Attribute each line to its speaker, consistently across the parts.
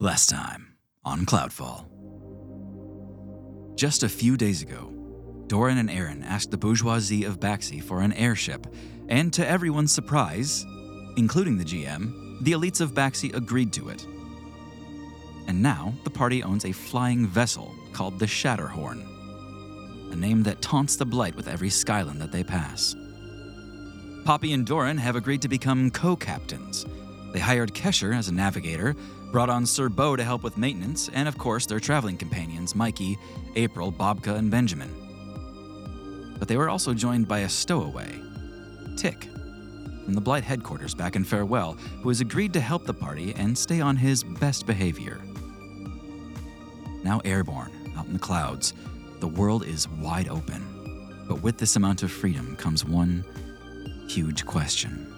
Speaker 1: Last time on Cloudfall. Just a few days ago, Doran and Aaron asked the bourgeoisie of Baxi for an airship, and to everyone's surprise, including the GM, the elites of Baxi agreed to it. And now the party owns a flying vessel called the Shatterhorn, a name that taunts the blight with every skyland that they pass. Poppy and Doran have agreed to become co captains. They hired Kesher as a navigator, brought on Sir Bo to help with maintenance, and of course their traveling companions, Mikey, April, Bobka, and Benjamin. But they were also joined by a stowaway, Tick, from the Blight headquarters back in Farewell, who has agreed to help the party and stay on his best behavior. Now airborne, out in the clouds, the world is wide open. But with this amount of freedom comes one huge question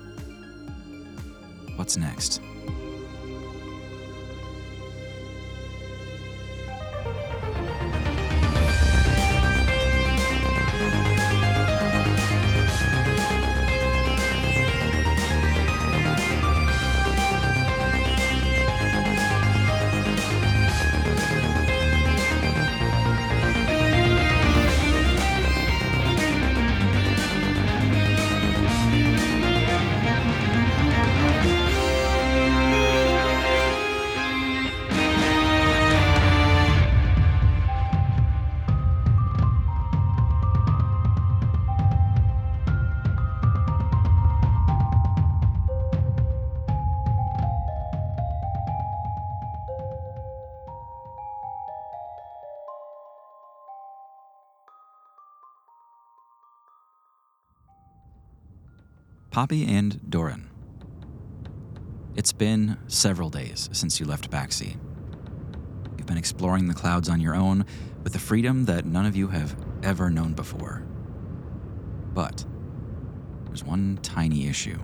Speaker 1: What's next? Poppy and Doran. It's been several days since you left Baxi. You've been exploring the clouds on your own with a freedom that none of you have ever known before. But there's one tiny issue.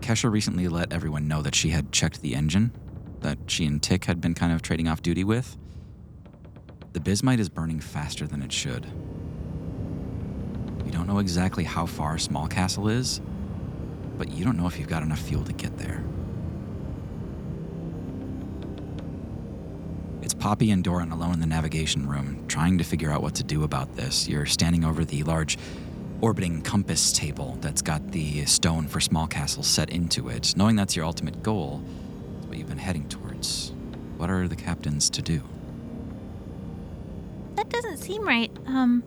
Speaker 1: Kesha recently let everyone know that she had checked the engine that she and Tick had been kind of trading off duty with. The bismite is burning faster than it should. You don't know exactly how far Small Castle is, but you don't know if you've got enough fuel to get there. It's Poppy and Doran alone in the navigation room, trying to figure out what to do about this. You're standing over the large orbiting compass table that's got the stone for Small Castle set into it, knowing that's your ultimate goal, it's what you've been heading towards. What are the captains to do?
Speaker 2: That doesn't seem right. Um,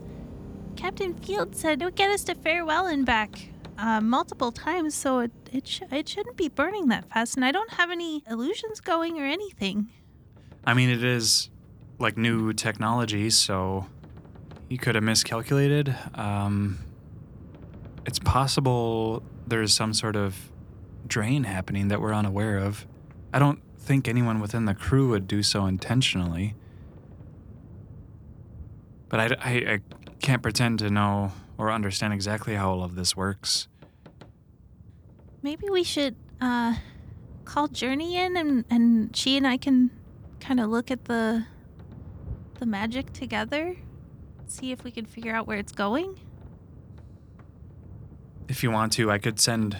Speaker 2: Captain Field said it would get us to farewell and back uh, multiple times, so it it, sh- it shouldn't be burning that fast. And I don't have any illusions going or anything.
Speaker 3: I mean, it is like new technology, so he could have miscalculated. Um, it's possible there's some sort of drain happening that we're unaware of. I don't think anyone within the crew would do so intentionally. But I, I, I can't pretend to know or understand exactly how all of this works.
Speaker 2: Maybe we should uh, call Journey in, and and she and I can kind of look at the the magic together, see if we can figure out where it's going.
Speaker 3: If you want to, I could send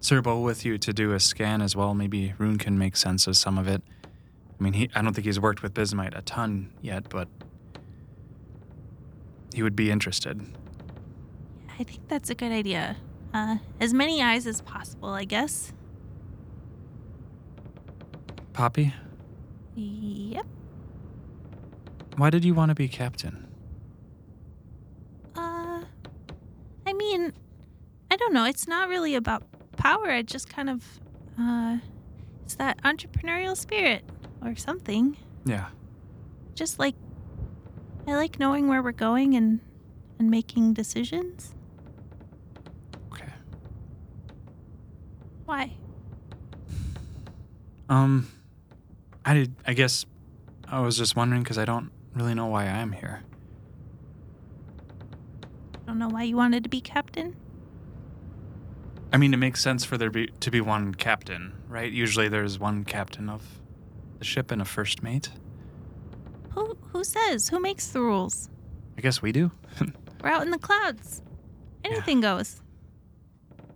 Speaker 3: Serbo with you to do a scan as well. Maybe Rune can make sense of some of it. I mean, he, I don't think he's worked with Bismite a ton yet, but he would be interested.
Speaker 2: I think that's a good idea. Uh, as many eyes as possible, I guess.
Speaker 3: Poppy,
Speaker 2: Yep.
Speaker 3: why did you want to be captain?
Speaker 2: Uh, I mean, I don't know. It's not really about power. I just kind of, uh, it's that entrepreneurial spirit or something.
Speaker 3: Yeah.
Speaker 2: Just like, I like knowing where we're going and and making decisions.
Speaker 3: Okay.
Speaker 2: Why?
Speaker 3: Um, I did. I guess I was just wondering because I don't really know why I'm here.
Speaker 2: I don't know why you wanted to be captain.
Speaker 3: I mean, it makes sense for there be, to be one captain, right? Usually, there's one captain of the ship and a first mate.
Speaker 2: Who who says? Who makes the rules?
Speaker 3: I guess we do.
Speaker 2: We're out in the clouds. Anything goes.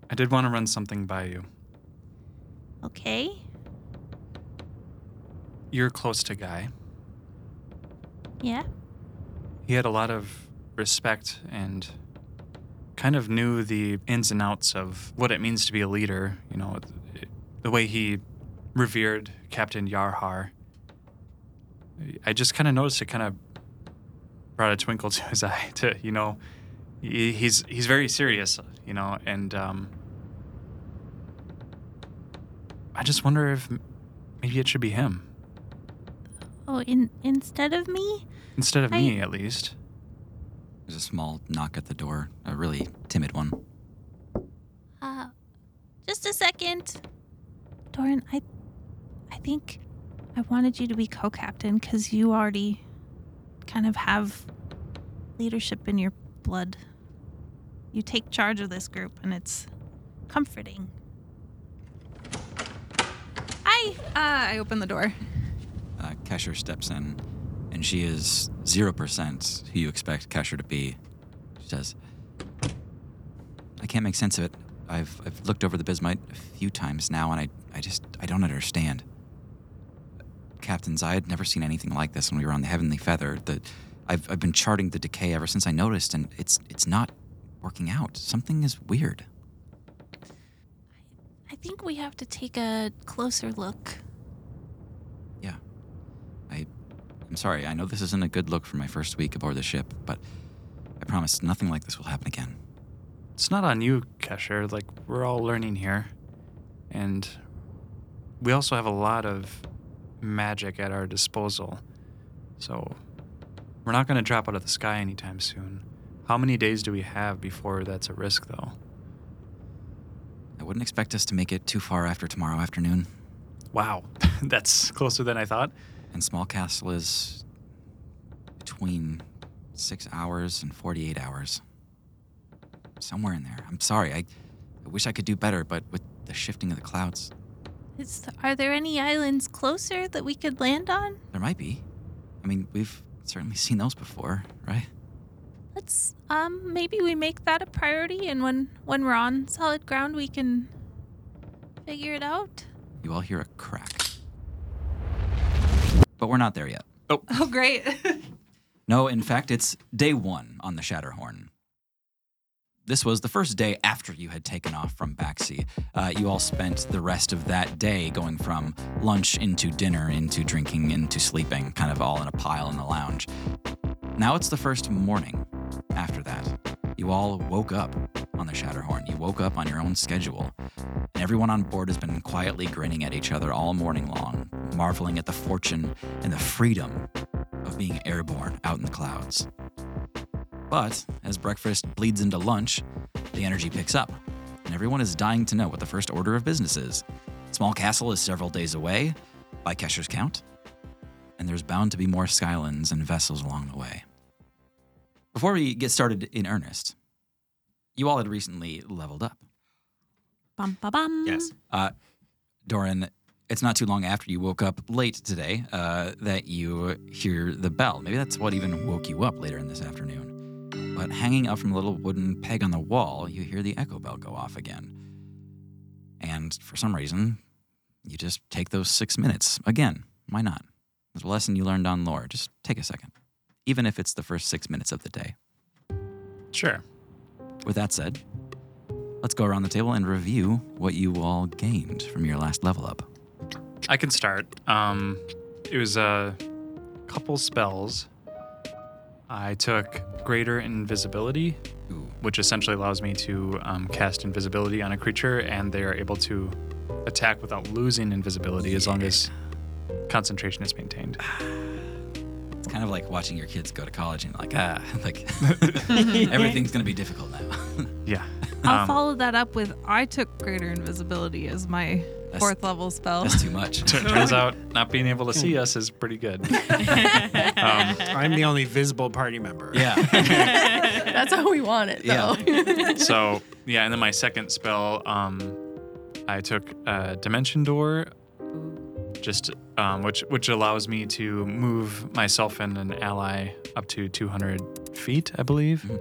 Speaker 3: I did want to run something by you.
Speaker 2: Okay.
Speaker 3: you're close to Guy.
Speaker 2: Yeah.
Speaker 3: He had a lot of respect and kind of knew the ins and outs of what it means to be a leader. You know, it- the way he revered Captain Yarhar. I just kind of noticed it kind of brought a twinkle to his eye. To you know, he- he's he's very serious. You know, and um, I just wonder if m- maybe it should be him
Speaker 2: Oh, in instead of me?
Speaker 3: instead of
Speaker 2: I-
Speaker 3: me, at least.
Speaker 1: There's a small knock at the door, a really timid one.
Speaker 2: Uh, just a second. Doran, I, I think I wanted you to be co-captain because you already kind of have leadership in your blood. You take charge of this group, and it's comforting. Hi. Uh, I open the door.
Speaker 1: Uh, Kesher steps in, and she is 0% who you expect Kesher to be. She says, I can't make sense of it. I've, I've looked over the bismite a few times now, and I, I just I don't understand. Captains, I had never seen anything like this when we were on the Heavenly Feather. The, I've, I've been charting the decay ever since I noticed, and it's, it's not working out. Something is weird.
Speaker 2: I think we have to take a closer look.
Speaker 1: I'm sorry, I know this isn't a good look for my first week aboard the ship, but I promise nothing like this will happen again.
Speaker 3: It's not on you, Kesher. Like, we're all learning here. And we also have a lot of magic at our disposal. So, we're not going to drop out of the sky anytime soon. How many days do we have before that's a risk, though?
Speaker 1: I wouldn't expect us to make it too far after tomorrow afternoon,
Speaker 3: Wow, that's closer than I thought.
Speaker 1: and Small Castle is between six hours and 48 hours. Somewhere in there. I'm sorry, I, I wish I could do better, but with the shifting of the clouds,
Speaker 2: Is, are there any islands closer that we could land on?
Speaker 1: there might be. I mean, we've certainly seen those before, right?
Speaker 2: Let's um maybe we make that a priority and when when we're on solid ground we can figure it out.
Speaker 1: You all hear a crack. But we're not there yet.
Speaker 4: Oh, great.
Speaker 1: No, in fact, it's day one on the Shatterhorn. This was the first day after you had taken off from Baxi. Uh, you all spent the rest of that day going from lunch into dinner, into drinking, into sleeping, kind of all in a pile in the lounge. Now it's the first morning after that. You all woke up on the Shatterhorn. You woke up on your own schedule. And everyone on board has been quietly grinning at each other all morning long, marveling at the fortune and the freedom of being airborne out in the clouds. But as breakfast bleeds into lunch, the energy picks up, and everyone is dying to know what the first order of business is. Small Castle is several days away, by Kesher's count, and there's bound to be more Skylands and vessels along the way. Before we get started in earnest, you all had recently leveled up.
Speaker 4: bum, ba, bum.
Speaker 5: Yes.
Speaker 1: Doran, it's not too long after you woke up late today uh, that you hear the bell. Maybe that's what even woke you up later in this afternoon. But hanging up from a little wooden peg on the wall, you hear the echo bell go off again. And for some reason, you just take those six minutes. Again, why not? It's a lesson you learned on lore. Just take a second, even if it's the first six minutes of the day.
Speaker 3: Sure.
Speaker 1: With that said, let's go around the table and review what you all gained from your last level up.
Speaker 3: I can start. Um, it was a couple spells. I took Greater Invisibility,
Speaker 1: Ooh.
Speaker 3: which essentially allows me to um, cast invisibility on a creature, and they are able to attack without losing invisibility as long as concentration is maintained.
Speaker 1: It's kind of like watching your kids go to college and like ah like everything's gonna be difficult now.
Speaker 3: Yeah.
Speaker 4: I'll
Speaker 3: Um,
Speaker 4: follow that up with I took greater invisibility as my
Speaker 1: That's-
Speaker 4: fourth level spell.
Speaker 1: That's too much.
Speaker 3: Tur- Turns out not being able to see us is pretty good. Um,
Speaker 5: I'm the only visible party member.
Speaker 1: yeah.
Speaker 4: That's how we want it,
Speaker 1: Yeah.
Speaker 3: so yeah, and then my second spell, um, I took uh, Dimension Door, just um, which which allows me to move myself and an ally up to 200 feet, I believe.
Speaker 1: Mhm.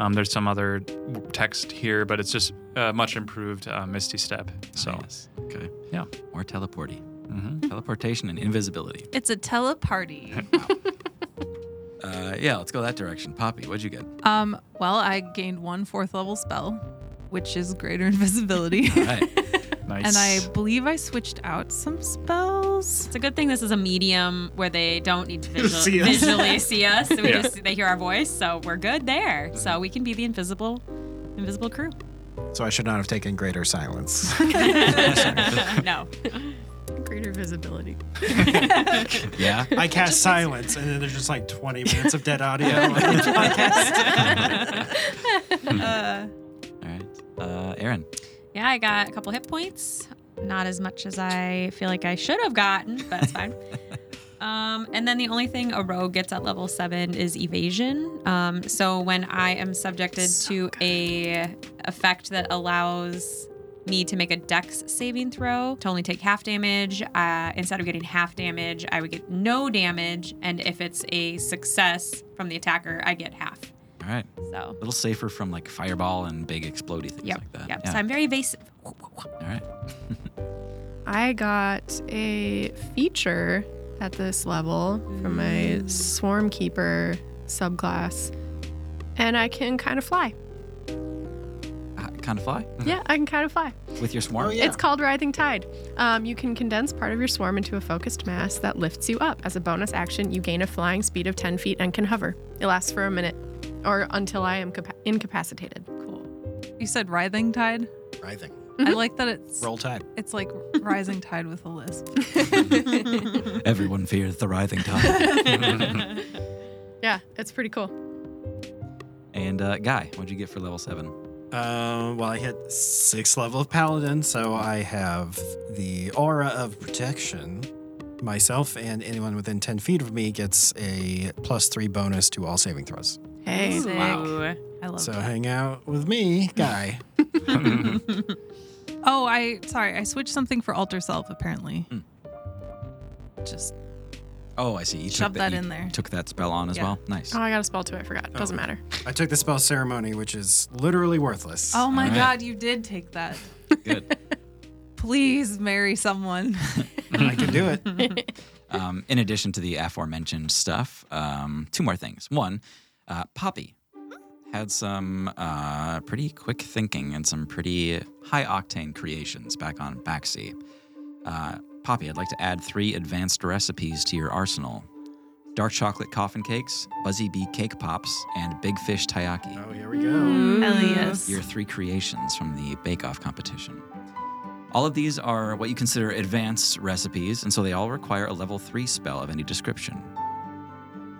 Speaker 3: Um, there's some other w- text here, but it's just uh, much improved uh, Misty Step. So
Speaker 1: Yes. Okay.
Speaker 3: Yeah.
Speaker 1: More teleporty.
Speaker 3: hmm
Speaker 1: Teleportation and invisibility.
Speaker 4: It's a teleparty.
Speaker 1: Uh, yeah, let's go that direction. Poppy, what'd you get?
Speaker 4: um, well, I gained one fourth level spell, which is greater invisibility.
Speaker 1: All right.
Speaker 3: Nice.
Speaker 4: and I believe I switched out some spells.
Speaker 6: It's a good thing this is a medium where they don't need to visual,
Speaker 5: See us.
Speaker 6: visually see us. We
Speaker 3: Yeah.
Speaker 6: just they hear our voice, so we're good there. So we can be the invisible, invisible crew.
Speaker 5: So I should not have taken greater silence.
Speaker 6: no,
Speaker 2: Greater visibility.
Speaker 1: Yeah.
Speaker 5: I cast silence, and then there's just like 20 minutes of dead audio on the podcast.
Speaker 4: Uh,
Speaker 1: All right. Uh, Aaron.
Speaker 6: yeah, I got a couple hit points. Not as much as I feel like I should have gotten, but it's fine. Um, and then the only thing a rogue gets at level seven is evasion. Um, so when I am subjected to a effect that allows me to make a dex saving throw to only take half damage, uh, instead of getting half damage, I would get no damage. And if it's a success from the attacker, I get half.
Speaker 1: All right.
Speaker 6: So,
Speaker 1: A little safer from like fireball and big explodey things
Speaker 6: yep.
Speaker 1: like that.
Speaker 6: yep.
Speaker 1: Yeah.
Speaker 6: So I'm very evasive.
Speaker 1: All right.
Speaker 7: I got a feature at this level from my swarm keeper subclass, and I can kind of fly.
Speaker 1: Uh, kind of fly
Speaker 7: Yeah, I can kind of fly.
Speaker 1: with your swarm.
Speaker 5: Oh, yeah.
Speaker 7: It's called Writhing Tide. Um, you can condense part of your swarm into a focused mass that lifts you up. As a bonus action, you gain a flying speed of 10 feet and can hover. It lasts for a minute or until I am capa- incapacitated.
Speaker 4: you said writhing tide.
Speaker 5: I think.
Speaker 2: Mm-hmm.
Speaker 4: I like that it's
Speaker 5: Roll tide.
Speaker 4: it's like rising tide with a lisp.
Speaker 1: Everyone fears the writhing tide.
Speaker 7: Yeah, it's pretty cool.
Speaker 1: and uh, Guy, what'd you get for level seven?
Speaker 5: Uh, well, I hit sixth level of paladin, so I have the aura of protection. Myself and anyone within 10 feet of me gets a plus three bonus to all saving throws.
Speaker 7: Hey.
Speaker 6: Wow.
Speaker 4: I love
Speaker 5: So
Speaker 4: that.
Speaker 5: hang out with me, guy.
Speaker 4: Oh, I sorry, I switched something for alter self apparently.
Speaker 1: Mm.
Speaker 4: Just
Speaker 1: Oh, I see. You
Speaker 4: Shove
Speaker 1: the-
Speaker 4: that
Speaker 1: you
Speaker 4: in there.
Speaker 1: Took that spell on as
Speaker 4: Yeah.
Speaker 1: well. Nice.
Speaker 7: Oh, I got a spell to I forgot. Doesn't matter.
Speaker 5: I took the spell ceremony, which is literally worthless.
Speaker 4: Oh my
Speaker 1: All right.
Speaker 4: god, you did take that.
Speaker 1: Good.
Speaker 4: Please marry someone.
Speaker 5: I can do it.
Speaker 1: Um, in addition to the aforementioned stuff, um, two more things. One, uh, Poppy had some uh, pretty quick thinking and some pretty high octane creations back on Baxi. Uh, Poppy, I'd like to add three advanced recipes to your arsenal dark chocolate coffin cakes, Buzzy Bee cake pops, and Big Fish Taiyaki.
Speaker 5: Oh, here we
Speaker 4: Mm.
Speaker 5: go.
Speaker 4: Elias.
Speaker 1: your three creations from the Bake Off competition. All of these are what you consider advanced recipes, and so they all require a level three spell of any description.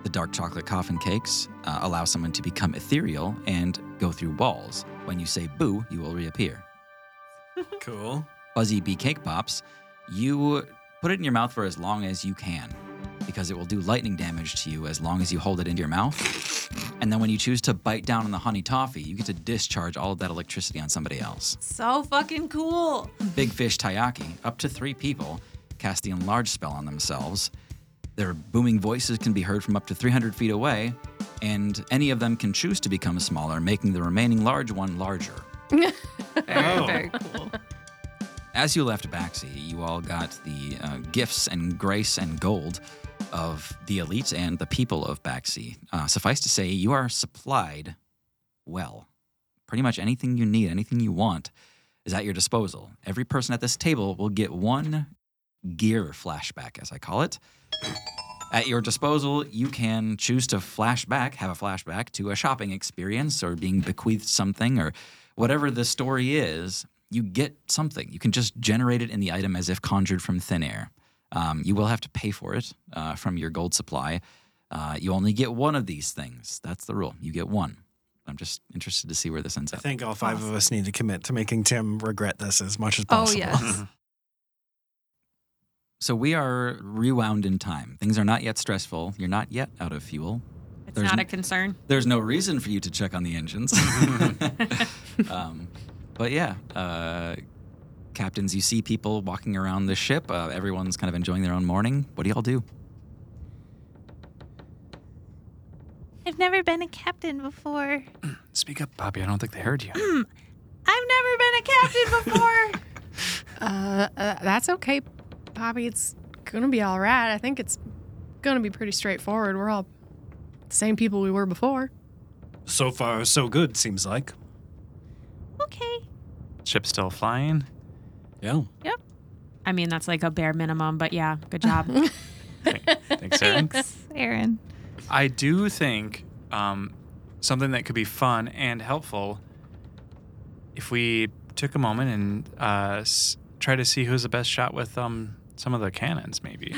Speaker 1: The dark chocolate coffin cakes uh, allow someone to become ethereal and go through walls. When you say boo, you will reappear.
Speaker 5: Cool.
Speaker 1: Buzzy Bee Cake Pops, you put it in your mouth for as long as you can because it will do lightning damage to you as long as you hold it into your mouth. And then when you choose to bite down on the honey toffee, you get to discharge all of that electricity on somebody else.
Speaker 4: So fucking cool.
Speaker 1: Big Fish Taiyaki, up to three people, cast the enlarge spell on themselves. Their booming voices can be heard from up to 300 feet away, and any of them can choose to become smaller, making the remaining large one larger.
Speaker 4: Very, very cool.
Speaker 1: As you left Baxi, you all got the uh, gifts and grace and gold of the elites and the people of Baxi. Uh, suffice to say, you are supplied well. Pretty much anything you need, anything you want, is at your disposal. Every person at this table will get one gear flashback, as I call it. At your disposal, you can choose to flashback, have a flashback to a shopping experience or being bequeathed something or whatever the story is. You get something. You can just generate it in the item as if conjured from thin air. Um, you will have to pay for it uh, from your gold supply. Uh, you only get one of these things. That's the rule. You get one. I'm just interested to see where this ends
Speaker 5: I
Speaker 1: up.
Speaker 5: think all five of us need to commit to making Tim regret this as much as
Speaker 4: Oh
Speaker 5: possible.
Speaker 4: yes.
Speaker 1: So we are rewound in time. Things are not yet stressful. You're not yet out of fuel.
Speaker 6: It's
Speaker 1: There's
Speaker 6: not
Speaker 1: n-
Speaker 6: a concern.
Speaker 1: there's no reason for you to check on the engines. um, but yeah, uh, captains, you see people walking around the ship. Uh, everyone's kind of enjoying their own morning. What do y'all do?
Speaker 2: I've never been a captain before.
Speaker 3: Speak up, Poppy. I don't think they heard you.
Speaker 2: I've never been a captain before.
Speaker 7: Uh, uh, that's okay, Bobby, it's going to be all right. I think it's going to be pretty straightforward. We're all the same people we were before.
Speaker 5: So far, so good, seems like.
Speaker 2: Okay.
Speaker 3: Ship's still flying.
Speaker 5: Yeah.
Speaker 6: I mean, that's like a bare minimum, but yeah, good job.
Speaker 3: Thanks, Aaron.
Speaker 2: Thanks, Aaron.
Speaker 3: I do think um, something that could be fun and helpful if we took a moment and uh, s- try to see who's the best shot with um, some of the cannons, maybe.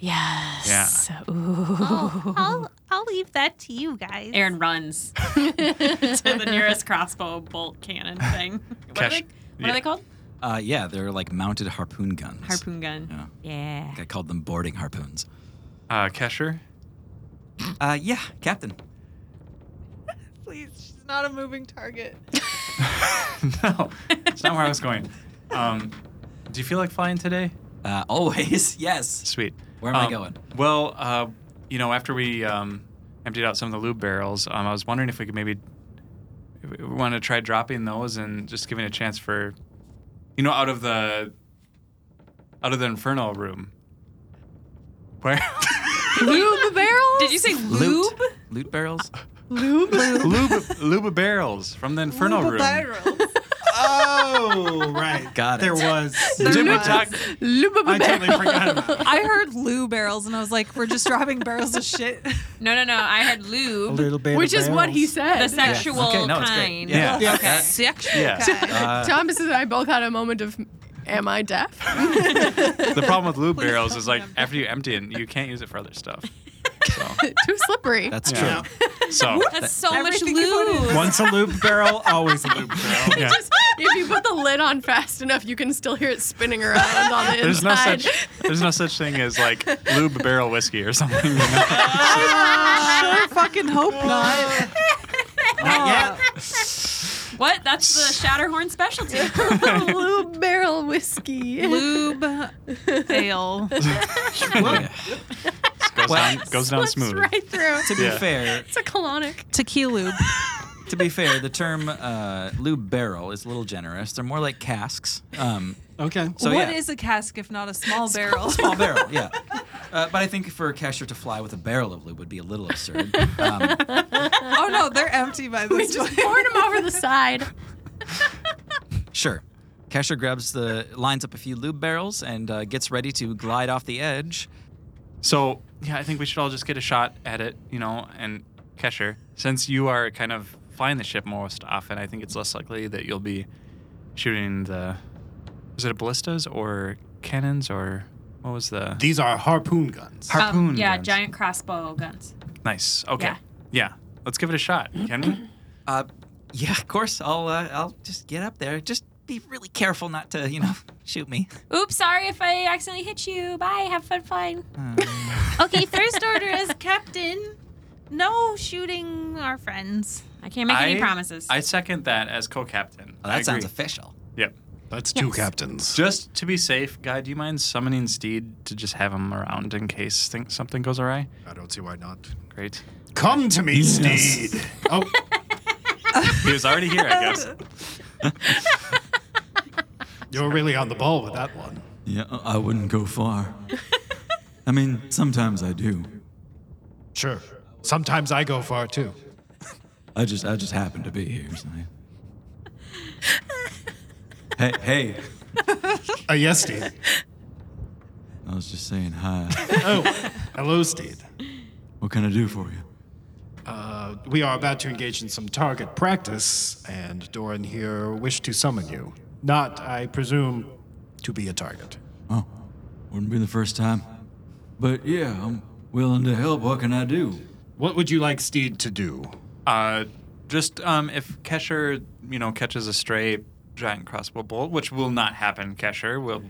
Speaker 6: yes. Yeah.
Speaker 2: I'll, I'll, I'll leave that to you guys.
Speaker 6: Aaron runs to the nearest crossbow bolt cannon thing. What,
Speaker 3: Cash-
Speaker 6: are, they, what
Speaker 3: yeah.
Speaker 6: are they called?
Speaker 1: Uh, yeah, they're like mounted harpoon guns.
Speaker 6: Harpoon gun. Yeah.
Speaker 1: I called them boarding harpoons.
Speaker 3: Uh, Kesher,
Speaker 1: Uh, yeah, Captain.
Speaker 4: Please, she's not a moving target.
Speaker 3: no, it's not where I was going. Um, do you feel like flying today?
Speaker 1: Uh, always, yes.
Speaker 3: Sweet.
Speaker 1: Where am I
Speaker 3: Um,
Speaker 1: going?
Speaker 3: Well, uh, you know, after we um, emptied out some of the lube barrels, um, I was wondering if we could maybe if we want to try dropping those and just giving a chance for, you know, out of the out of the inferno room. Where
Speaker 4: Lube barrel?
Speaker 6: Did you say lube?
Speaker 1: Loot. Loot barrels?
Speaker 3: lube lube barrels from the inferno room.
Speaker 5: Oh, right.
Speaker 1: Got
Speaker 5: There
Speaker 1: it.
Speaker 5: was.
Speaker 3: Did we
Speaker 5: was.
Speaker 3: talk?
Speaker 5: I totally forgot about that.
Speaker 4: I heard lube barrels and I was like, we're just dropping barrels of shit.
Speaker 6: No, no, no. I heard lube,
Speaker 5: little bit.
Speaker 7: Which is what he
Speaker 6: the
Speaker 7: said.
Speaker 6: sexual
Speaker 1: Okay, no, it's great.
Speaker 6: kind.
Speaker 3: Yeah.
Speaker 5: Yeah.
Speaker 6: Okay.
Speaker 4: Sexual
Speaker 3: Yeah.
Speaker 1: Uh,
Speaker 7: Thomas and I both had a moment of, am I deaf?
Speaker 3: The problem with lube barrels is like after you empty it, you can't use it for other stuff. So,
Speaker 7: Too slippery.
Speaker 1: that's
Speaker 3: Yeah.
Speaker 1: true.
Speaker 5: Yeah.
Speaker 3: so
Speaker 6: That's so much
Speaker 4: Everything you put
Speaker 6: lube.
Speaker 5: Once a loop barrel, always a loop barrel.
Speaker 3: yeah.
Speaker 7: if you put the lid on fast enough, you can still hear it spinning around on the
Speaker 3: There's no
Speaker 7: inside.
Speaker 3: such there's no such thing as like lube barrel whiskey or something. you know?
Speaker 4: sure fucking hope not.
Speaker 5: Not yet.
Speaker 6: What? That's the Shatterhorn specialty.
Speaker 7: Blue barrel whiskey.
Speaker 4: Lube ale.
Speaker 1: Yeah.
Speaker 3: Just goes
Speaker 1: Well-
Speaker 3: down, goes down smooth.
Speaker 7: right through.
Speaker 1: To be
Speaker 3: Yeah.
Speaker 1: fair,
Speaker 7: It's a colonic.
Speaker 4: Tequila lube.
Speaker 1: to be fair, the term uh, lube barrel is a little generous. They're more like casks. Um,
Speaker 5: Okay.
Speaker 1: so
Speaker 4: What is
Speaker 1: yeah,
Speaker 4: a cask if not a small barrel?
Speaker 1: small barrel? Yeah. Uh, but I think for a cashier to fly with a barrel of lube would be a little absurd. Um,
Speaker 4: oh no, they're empty by
Speaker 7: We
Speaker 4: this
Speaker 7: just
Speaker 4: point.
Speaker 7: poured him over the side.
Speaker 1: Sure. Kesher grabs the lines up a few lube barrels and uh, gets ready to glide off the edge.
Speaker 3: So yeah, I think we should all just get a shot at it, you know. And Kesher, since you are kind of flying the ship most often, I think it's less likely that you'll be shooting the was it a ballistas or cannons or what was the
Speaker 5: These are harpoon guns.
Speaker 3: harpoon?
Speaker 6: Um, yeah,
Speaker 3: guns?
Speaker 6: giant crossbow guns.
Speaker 3: Nice. Okay.
Speaker 6: Yeah.
Speaker 3: Yeah. Let's give it a shot, can we?
Speaker 1: Uh, yeah, of course. I'll uh, I'll just get up there. Just be really careful not to, you know, shoot me.
Speaker 6: Oops, sorry if I accidentally hit you. Bye. Have fun flying.
Speaker 2: Okay, first order is Captain. No shooting our friends.
Speaker 6: I can't make
Speaker 3: I-
Speaker 6: any promises.
Speaker 3: I second that as co-captain.
Speaker 1: Oh,
Speaker 3: I
Speaker 1: that sounds
Speaker 3: agree.
Speaker 1: official.
Speaker 3: Yep.
Speaker 5: That's two captains.
Speaker 3: Just to be safe, guy, do you mind summoning Steed to just have him around in case think something goes awry?
Speaker 5: I don't see why not.
Speaker 3: Great.
Speaker 5: Come to me, Steed. Oh,
Speaker 3: He was already here, I guess.
Speaker 5: you're really on the ball with that one.
Speaker 1: Yeah, I wouldn't go far. I mean, sometimes I do.
Speaker 5: Sure. Sometimes I go far too.
Speaker 1: I just I just happen to be here. So hey, hey!
Speaker 5: Uh, yes, Steed.
Speaker 1: I was just saying hi.
Speaker 5: Oh, hello, Steed.
Speaker 1: What can I do for you?
Speaker 5: Uh, we are about to engage in some target practice, and Doran here wished to summon you. Not, I presume, to be a target.
Speaker 1: Oh, wouldn't be the first time. But yeah, I'm willing to help. What can I do?
Speaker 5: What would you like Steed to do?
Speaker 3: Uh, just um, if Kesher, you know, catches a stray giant crossbow bolt, which will not happen, Kesher will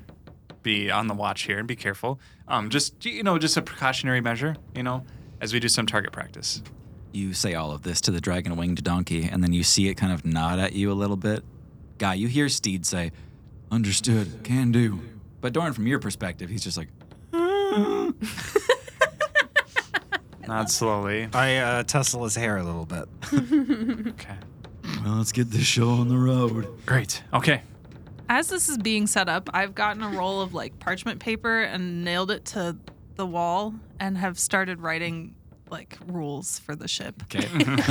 Speaker 3: be on the watch here and be careful. Um, just you know, just a precautionary measure, you know, as we do some target practice.
Speaker 1: You say all of this to the dragon winged donkey, and then you see it kind of nod at you a little bit. Guy, you hear Steed say, Understood, can do. But Doran, from your perspective, he's just like,
Speaker 3: Not slowly.
Speaker 5: I uh, tussle his hair a little bit.
Speaker 3: Okay.
Speaker 1: Well, let's get this show on the road.
Speaker 3: Great. Okay.
Speaker 4: As this is being set up, I've gotten a roll of like parchment paper and nailed it to the wall and have started writing like rules for the ship.
Speaker 1: Okay.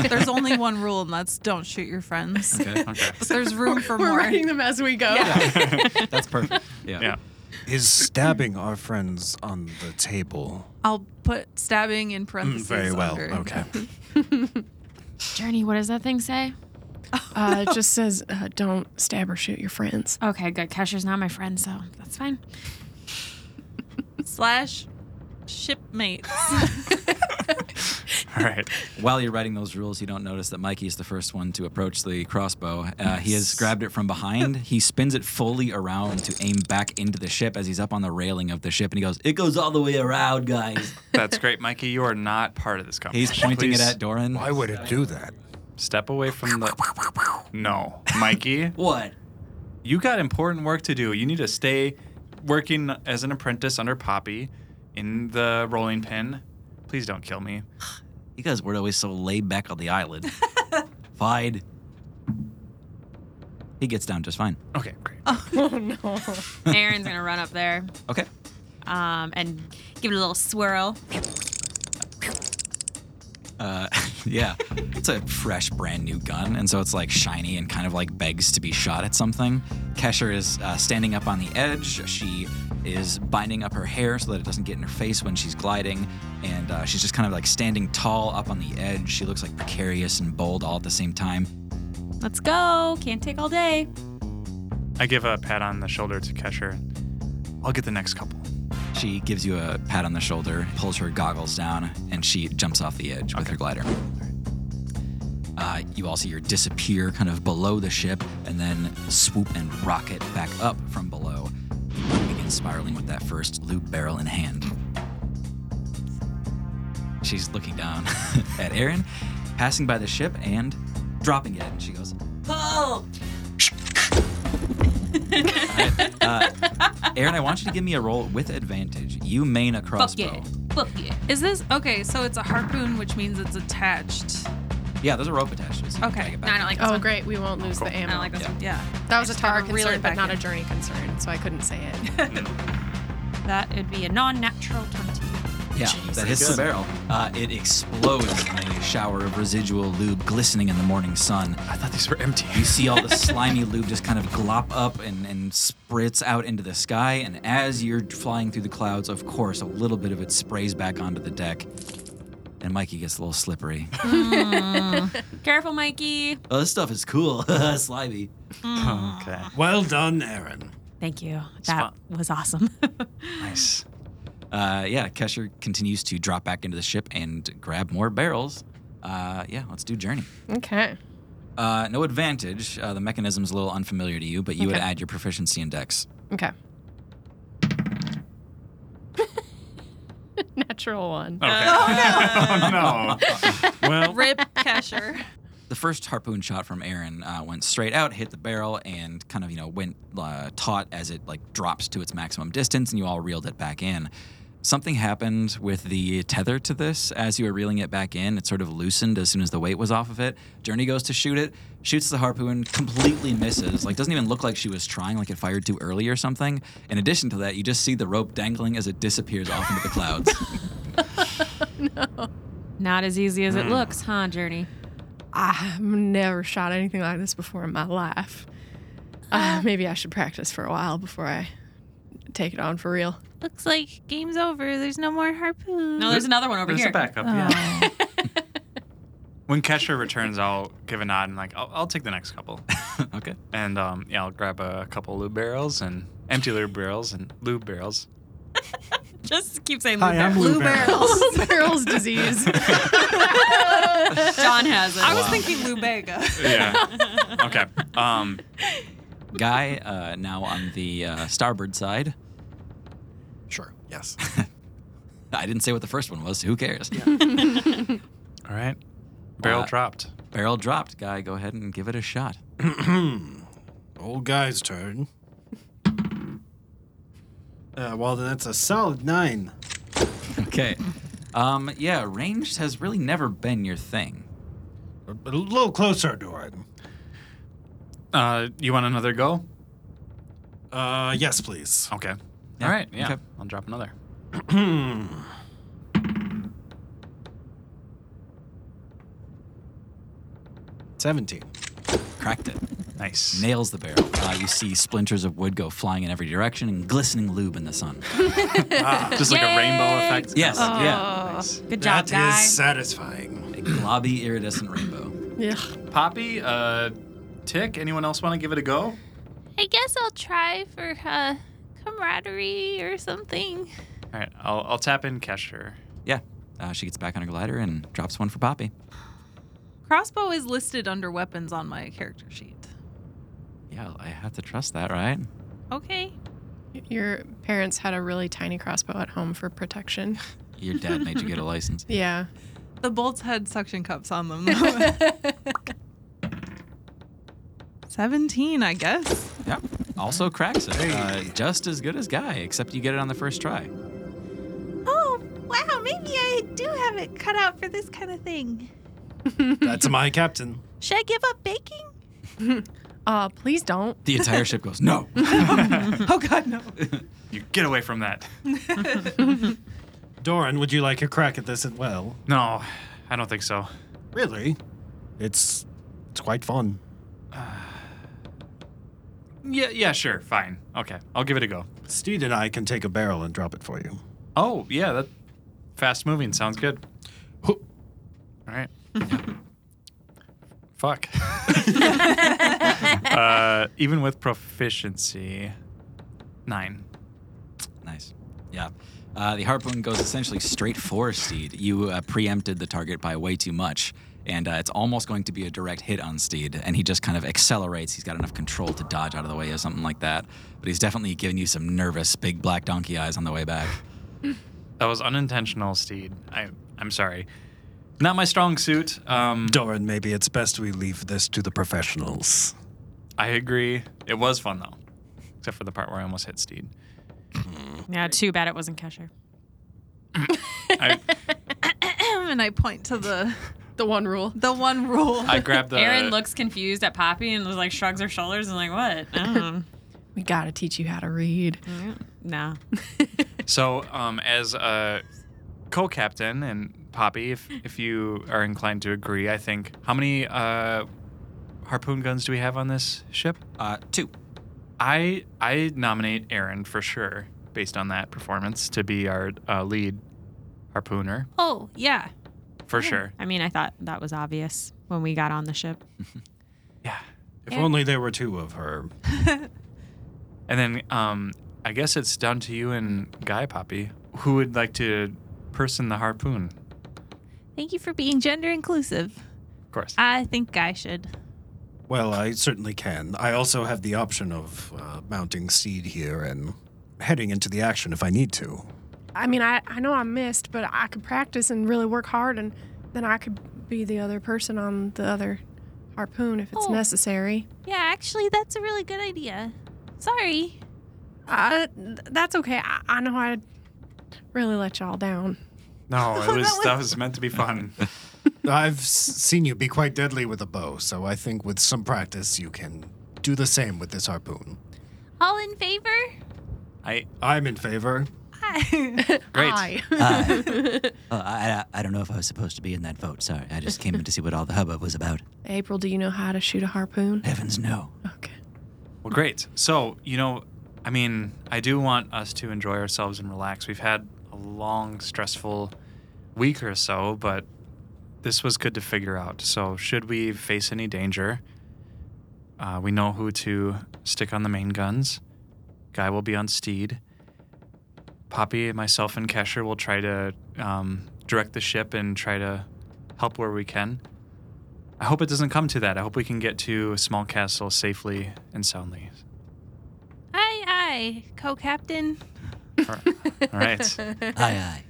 Speaker 4: There's only one rule, and that's don't shoot your friends.
Speaker 1: okay.
Speaker 3: Okay.
Speaker 4: But there's room for
Speaker 7: We're
Speaker 4: more.
Speaker 7: writing them as we go.
Speaker 1: That's perfect. Yeah.
Speaker 3: Yeah.
Speaker 5: Is stabbing our friends on the table?
Speaker 4: I'll put stabbing in parentheses.
Speaker 5: Very well.
Speaker 4: under-
Speaker 5: Okay.
Speaker 6: Journey, what does that thing say?
Speaker 7: Uh, it just says, uh, don't stab or shoot your friends.
Speaker 6: Okay, good. Kesher's not my friend, so that's fine.
Speaker 4: Slash shipmates.
Speaker 3: All right.
Speaker 1: While you're writing those rules, you don't notice that Mikey is the first one to approach the crossbow. Uh, he has grabbed it from behind. He spins it fully around to aim back into the ship as he's up on the railing of the ship, and he goes, "It goes all the way around, guys."
Speaker 3: That's great, Mikey. You are not part of this
Speaker 1: He's
Speaker 3: competition.
Speaker 1: pointing
Speaker 3: Please
Speaker 1: it at Doran.
Speaker 5: would it do that?
Speaker 3: Step away from the. No, Mikey.
Speaker 1: What?
Speaker 3: you got important work to do. You need to stay working as an apprentice under Poppy in the rolling pin. Please don't kill me.
Speaker 1: You guys were always so laid back on the island. fine. He gets down just fine.
Speaker 3: Okay, great.
Speaker 6: Aaron's gonna run up there
Speaker 1: Okay.
Speaker 6: um, and give it a little swirl.
Speaker 1: Uh, yeah. It's a fresh, brand new gun, and so it's like shiny and kind of like begs to be shot at something. Kesher is uh, standing up on the edge. She is binding up her hair so that it doesn't get in her face when she's gliding, and uh, she's just kind of like standing tall up on the edge. She looks like precarious and bold all at the same time.
Speaker 6: Let's go. Can't take all day.
Speaker 3: I give a pat on the shoulder to Kesher. I'll get the next couple.
Speaker 1: She gives you a pat on the shoulder, pulls her goggles down, and she jumps off the edge with her glider. Uh, you all see her disappear kind of below the ship and then swoop and rocket back up from below. Begin spiraling with that first loop barrel in hand. She's looking down at Aaron, passing by the ship and dropping it. And she goes,
Speaker 6: Pull.
Speaker 1: Uh, Aaron, I want you to give me a roll with advantage. You main a
Speaker 6: Fuck
Speaker 1: crossbow.
Speaker 6: it. Fuck it.
Speaker 4: is this okay? So it's a harpoon, which means it's attached.
Speaker 1: Yeah, there's a rope attached to it. so you can
Speaker 4: Okay.
Speaker 1: drag it
Speaker 6: No,
Speaker 1: back
Speaker 6: I
Speaker 1: in.
Speaker 6: don't like this
Speaker 7: Oh,
Speaker 6: one.
Speaker 7: great. We won't lose the
Speaker 6: I don't
Speaker 7: ammo.
Speaker 6: like this one.
Speaker 4: Yeah.
Speaker 7: That was a
Speaker 4: I just gotta
Speaker 7: Tara
Speaker 4: reel
Speaker 7: concern,
Speaker 4: it
Speaker 7: but
Speaker 4: back
Speaker 7: not a
Speaker 4: in.
Speaker 7: journey concern, so I couldn't say it.
Speaker 6: That would be a non-natural twenty.
Speaker 1: Yeah, that hits the barrel. Uh, it explodes in a shower of residual lube glistening in the morning sun.
Speaker 3: I thought these were empty.
Speaker 1: You see all the slimy lube just kind of glop up and, and spritz out into the sky. And as you're flying through the clouds, of course, a little bit of it sprays back onto the deck. And Mikey gets a little slippery.
Speaker 6: Careful, Mikey.
Speaker 1: oh, this stuff is cool. Slimy.
Speaker 3: okay,
Speaker 5: Well done, Aaron.
Speaker 6: Thank you. That was awesome.
Speaker 3: nice.
Speaker 1: Uh, yeah, Kesher continues to drop back into the ship and grab more barrels. Uh, yeah, let's do Journey.
Speaker 7: okay.
Speaker 1: Uh, no advantage. Uh, the mechanism's a little unfamiliar to you, but you would
Speaker 7: Okay.
Speaker 1: add your proficiency in dex.
Speaker 7: Okay. Natural one.
Speaker 3: Okay. Oh no. well,
Speaker 4: Rip Kesher.
Speaker 1: the first harpoon shot from Aaron uh, went straight out, hit the barrel, and kind of you know went uh, taut as it like drops to its maximum distance, and you all reeled it back in. Something happened with the tether to this as you were reeling it back in. It sort of loosened as soon as the weight was off of it. Journey goes to shoot it, shoots the harpoon, completely misses. Like doesn't even look like she was trying, like it fired too early or something. In addition to that, you just see the rope dangling as it disappears off into the clouds.
Speaker 6: not as easy as it
Speaker 5: Hmm.
Speaker 6: looks, huh, Journey?
Speaker 7: I've never shot anything like this before in my life. Uh, maybe I should practice for a while before I take it on for real.
Speaker 2: Looks like game's over. There's no more harpoons.
Speaker 6: No, there's another one over
Speaker 3: there's
Speaker 6: here.
Speaker 3: a backup. Yeah. When Kesher returns, I'll give a nod and like I'll, I'll take the next couple,
Speaker 1: okay.
Speaker 3: and um, yeah, I'll grab a couple lube barrels and empty lube barrels and lube barrels.
Speaker 6: Just keep saying
Speaker 5: Hi, I'm Lou Barrel.
Speaker 7: Barrel's disease.
Speaker 6: John has it.
Speaker 4: I was thinking Lubega.
Speaker 3: Yeah. okay. Um,
Speaker 1: Guy uh, now on the uh, starboard side.
Speaker 5: Sure. Yes.
Speaker 1: I didn't say what the first one was. So who cares?
Speaker 3: All right. Barrel
Speaker 1: Uh,
Speaker 3: dropped.
Speaker 1: Barrel dropped. Guy, go ahead and give it a shot.
Speaker 5: Old guy's turn. Uh, well, then that's a solid nine.
Speaker 1: Okay. Um, yeah, ranged has really never been your thing.
Speaker 5: A, a little closer, Doran.
Speaker 3: Uh, you want another go?
Speaker 5: Uh, yes, please.
Speaker 3: Okay.
Speaker 1: Yeah,
Speaker 3: All right. Yeah.
Speaker 1: okay.
Speaker 3: I'll drop another.
Speaker 5: Seventeen.
Speaker 1: Cracked it.
Speaker 3: Nice.
Speaker 1: Nails the barrel. Uh, you see splinters of wood go flying in every direction and glistening lube in the sun.
Speaker 3: Just like a rainbow
Speaker 6: Yay.
Speaker 3: effect.
Speaker 1: Yes, yeah.
Speaker 3: Nice.
Speaker 6: Good job,
Speaker 5: That
Speaker 6: guy.
Speaker 5: is satisfying.
Speaker 1: A globby iridescent rainbow.
Speaker 7: Yeah.
Speaker 3: Poppy, uh, Tick, anyone else want to give it a go?
Speaker 2: I guess I'll try for uh, camaraderie or something.
Speaker 3: All right. I'll, I'll tap in Kesher.
Speaker 1: Yeah. Uh, she gets back on her glider and drops one for Poppy.
Speaker 4: Crossbow is listed under weapons on my character sheet.
Speaker 1: Yeah, I have to trust that, right?
Speaker 4: Okay.
Speaker 7: Your parents had a really tiny crossbow at home for protection.
Speaker 1: Your dad made you get a license.
Speaker 7: Yeah.
Speaker 4: The bolts had suction cups on them. 17, I guess.
Speaker 1: Yeah. Also cracks it. Uh, just as good as Guy, except you get it on the first try.
Speaker 2: Oh, wow, maybe I do have it cut out for this kind of thing.
Speaker 5: That's my captain.
Speaker 2: Should I give up baking?
Speaker 7: Uh, please don't.
Speaker 1: The entire ship goes, no.
Speaker 4: Oh, God, no.
Speaker 3: You get away from that.
Speaker 5: Doran, would you like a crack at this as well?
Speaker 3: No, I don't think so.
Speaker 5: Really? It's it's quite fun.
Speaker 3: Yeah, yeah, sure, fine. Okay, I'll give it a go.
Speaker 5: Steed and I can take a barrel and drop it for you.
Speaker 3: Oh, yeah, that fast moving sounds good. All right. Fuck. uh, even with proficiency, nine.
Speaker 1: Nice. Yeah. Uh, the harpoon goes essentially straight for Steed. You uh, preempted the target by way too much, and uh, it's almost going to be a direct hit on Steed, and he just kind of accelerates. He's got enough control to dodge out of the way or something like that. But he's definitely giving you some nervous, big black donkey eyes on the way back.
Speaker 3: That was unintentional, Steed. I, I'm sorry. Not my strong suit. Um,
Speaker 5: Doran, maybe it's best we leave this to the professionals.
Speaker 3: I agree. It was fun, though, except for the part where I almost hit Steed.
Speaker 6: yeah, too bad it wasn't Kesher.
Speaker 3: I,
Speaker 4: and I point to the
Speaker 7: The one rule.
Speaker 4: the one rule.
Speaker 3: I grabbed
Speaker 5: Uh,
Speaker 3: the.
Speaker 6: Erin looks confused at Poppy and was like shrugs her shoulders and like, what? I don't know.
Speaker 7: We gotta teach you how to read.
Speaker 6: no.
Speaker 3: So, um, as a co-captain and Poppy, if if you are inclined to agree, I think how many uh, harpoon guns do we have on this ship?
Speaker 1: Uh, two.
Speaker 3: I I nominate Aaron for sure, based on that performance, to be our uh, lead harpooner
Speaker 4: oh, yeah.
Speaker 3: for sure.
Speaker 6: I mean, I thought that was obvious when we got on the ship.
Speaker 3: Yeah.
Speaker 5: If only there were two of her.
Speaker 3: And then um, I guess it's down to you and Guy Poppy, who would like to person the harpoon,
Speaker 2: Thank you for being gender inclusive.
Speaker 3: of course.
Speaker 2: I think I should.
Speaker 5: Well, I certainly can. I also have the option of uh, mounting Steed here and heading into the action if I need to.
Speaker 7: I mean, I, I know I missed, but I could practice and really work hard, and then I could be the other person on the other harpoon if it's
Speaker 2: Oh.
Speaker 7: necessary.
Speaker 2: Yeah, actually, that's a really good idea. Sorry.
Speaker 7: Uh, th- that's okay. I, I know I really let y'all down.
Speaker 3: No, it was that was meant to be fun.
Speaker 5: I've s- seen you be quite deadly with a bow, so I think with some practice you can do the same with this harpoon.
Speaker 2: All in favor?
Speaker 3: I
Speaker 5: I'm in favor.
Speaker 3: great.
Speaker 7: Aye.
Speaker 1: Uh, I, I don't know if I was supposed to be in that vote. Sorry. I just came in to see what all the hubbub was about.
Speaker 7: April, do you know how to shoot a harpoon?
Speaker 1: Heavens, no.
Speaker 7: Okay.
Speaker 3: Well, great. So, you know, I mean, I do want us to enjoy ourselves and relax. We've had a long, stressful week or so, but this was good to figure out. So, should we face any danger, uh, we know who to stick on the main guns. Guy will be on steed. Poppy, myself, and Kesher will try to um, direct the ship and try to help where we can. I hope it doesn't come to that. I hope we can get to Small Castle safely and soundly.
Speaker 2: Aye, aye, co captain.
Speaker 3: All right.
Speaker 1: aye,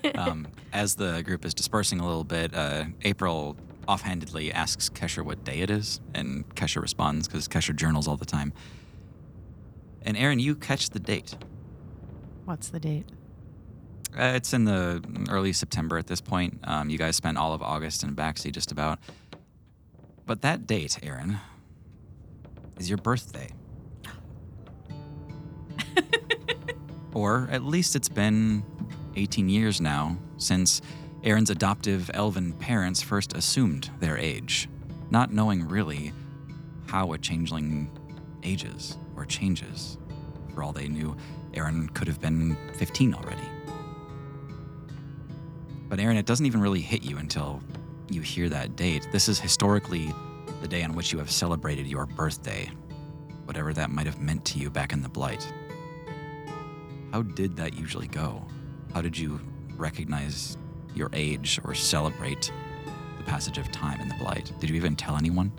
Speaker 1: aye. um, as the group is dispersing a little bit, uh, April offhandedly asks Kesher what day it is, and Kesher responds because Kesher journals all the time. And Aaron, you catch the date.
Speaker 6: What's the date?
Speaker 1: Uh, it's in the early September at this point. Um, you guys spent all of August in Baxi just about. But that date, Aaron, is your birthday. Or at least it's been 18 years now since Aaron's adoptive elven parents first assumed their age, not knowing really how a changeling ages or changes. For all they knew, Aaron could have been 15 already. But Aaron, it doesn't even really hit you until you hear that date. This is historically the day on which you have celebrated your birthday, whatever that might have meant to you back in the Blight. How did that usually go? How did you recognize your age or celebrate the passage of time in the Blight? Did you even tell anyone?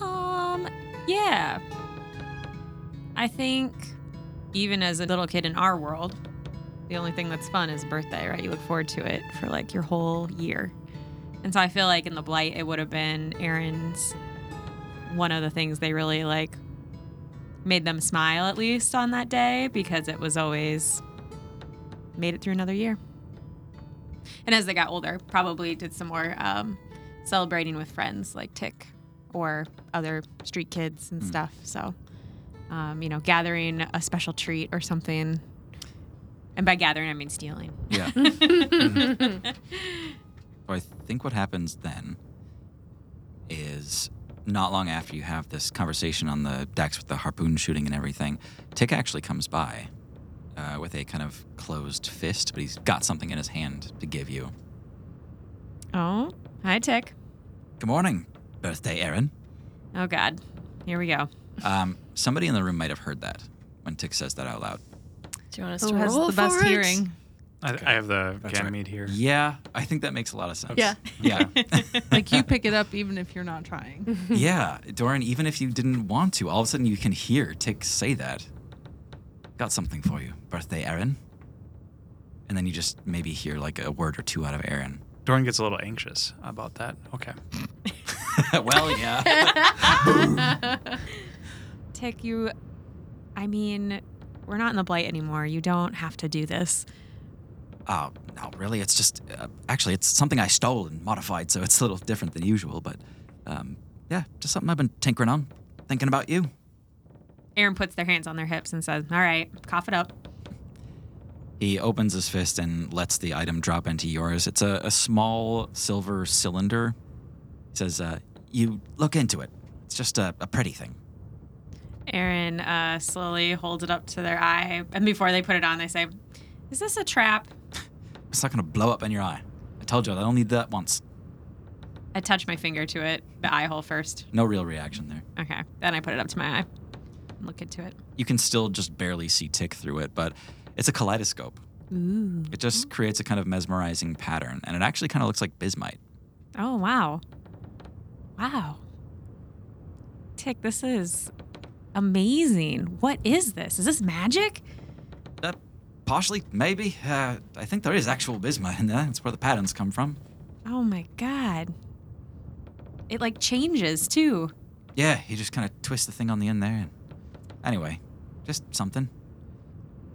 Speaker 6: Um, yeah. I think even as a little kid in our world, the only thing that's fun is birthday, right? You look forward to it for like your whole year. And so I feel like in the blight it would have been Aaron's one of the things they really like made them smile at least on that day because it was always made it through another year. And as they got older, probably did some more um, celebrating with friends like Tick or other street kids and stuff. So, um, you know, gathering a special treat or something. And by gathering, I mean stealing.
Speaker 1: Yeah. So I think what happens then is not long after you have this conversation on the decks with the harpoon shooting and everything, Tick actually comes by uh, with a kind of closed fist, but he's got something in his hand to give you.
Speaker 6: Oh, hi, Tick.
Speaker 1: Good morning, birthday, Aaron.
Speaker 6: Oh, God. Here we go.
Speaker 1: Um, somebody in the room might have heard that when Tick says that out loud.
Speaker 8: Do you want us
Speaker 4: Who
Speaker 8: to
Speaker 4: has
Speaker 8: roll
Speaker 4: the best
Speaker 8: for it?
Speaker 4: hearing?
Speaker 3: I, I have the
Speaker 5: right.
Speaker 3: Ganymede here.
Speaker 1: Yeah, I think that makes a lot of sense.
Speaker 8: Yeah.
Speaker 1: Yeah.
Speaker 4: Like you pick it up even if you're not trying.
Speaker 1: yeah, Doran, even if you didn't want to, all of a sudden you can hear Tick say that. Got something for you, birthday Aaron. And then you just maybe hear like a word or two out of Aaron.
Speaker 3: Doran gets a little anxious about that. Okay.
Speaker 1: well, yeah.
Speaker 6: Tick, you. I mean, we're not in the blight anymore. You don't have to do this.
Speaker 1: Oh, no, really? It's just, uh, actually, it's something I stole and modified, so it's a little different than usual, but um, yeah, just something I've been tinkering on, thinking about you.
Speaker 6: Aaron puts their hands on their hips and says, All right, cough it up.
Speaker 1: He opens his fist and lets the item drop into yours. It's a, a small silver cylinder. He says, uh, You look into it. It's just a, a pretty thing.
Speaker 6: Aaron uh, slowly holds it up to their eye. And before they put it on, they say, Is this a trap?
Speaker 1: It's not going to blow up in your eye. I told you, I only did that once.
Speaker 6: I touch my finger to it, the eye hole first.
Speaker 1: No real reaction there.
Speaker 6: Okay. Then I put it up to my eye and look into it.
Speaker 1: You can still just barely see tick through it, but it's a kaleidoscope.
Speaker 6: Ooh.
Speaker 1: It just creates a kind of mesmerizing pattern, and it actually kind of looks like bismite.
Speaker 6: Oh, wow. Wow. Tick, this is amazing. What is this? Is this magic?
Speaker 1: Uh, partially, maybe. Uh, I think there is actual bismite in there. That's where the patterns come from.
Speaker 6: Oh my god. It like changes too.
Speaker 1: Yeah, you just kind of twist the thing on the end there. And anyway, just something.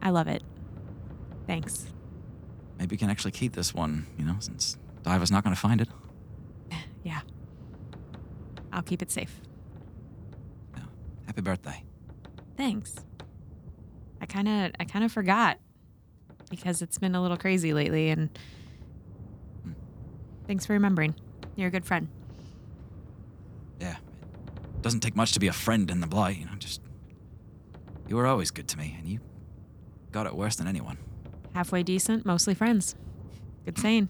Speaker 6: I love it. Thanks.
Speaker 1: Maybe you can actually keep this one, you know, since Diver's not going to find it.
Speaker 6: Yeah. I'll keep it safe.
Speaker 1: Happy birthday.
Speaker 6: Thanks. I kind of I kind of forgot because it's been a little crazy lately and thanks for remembering. You're a good friend.
Speaker 1: Yeah. Doesn't take much to be a friend in the blight, you know, just. You were always good to me, and you got it worse than anyone.
Speaker 6: Halfway decent, mostly friends. Good saying.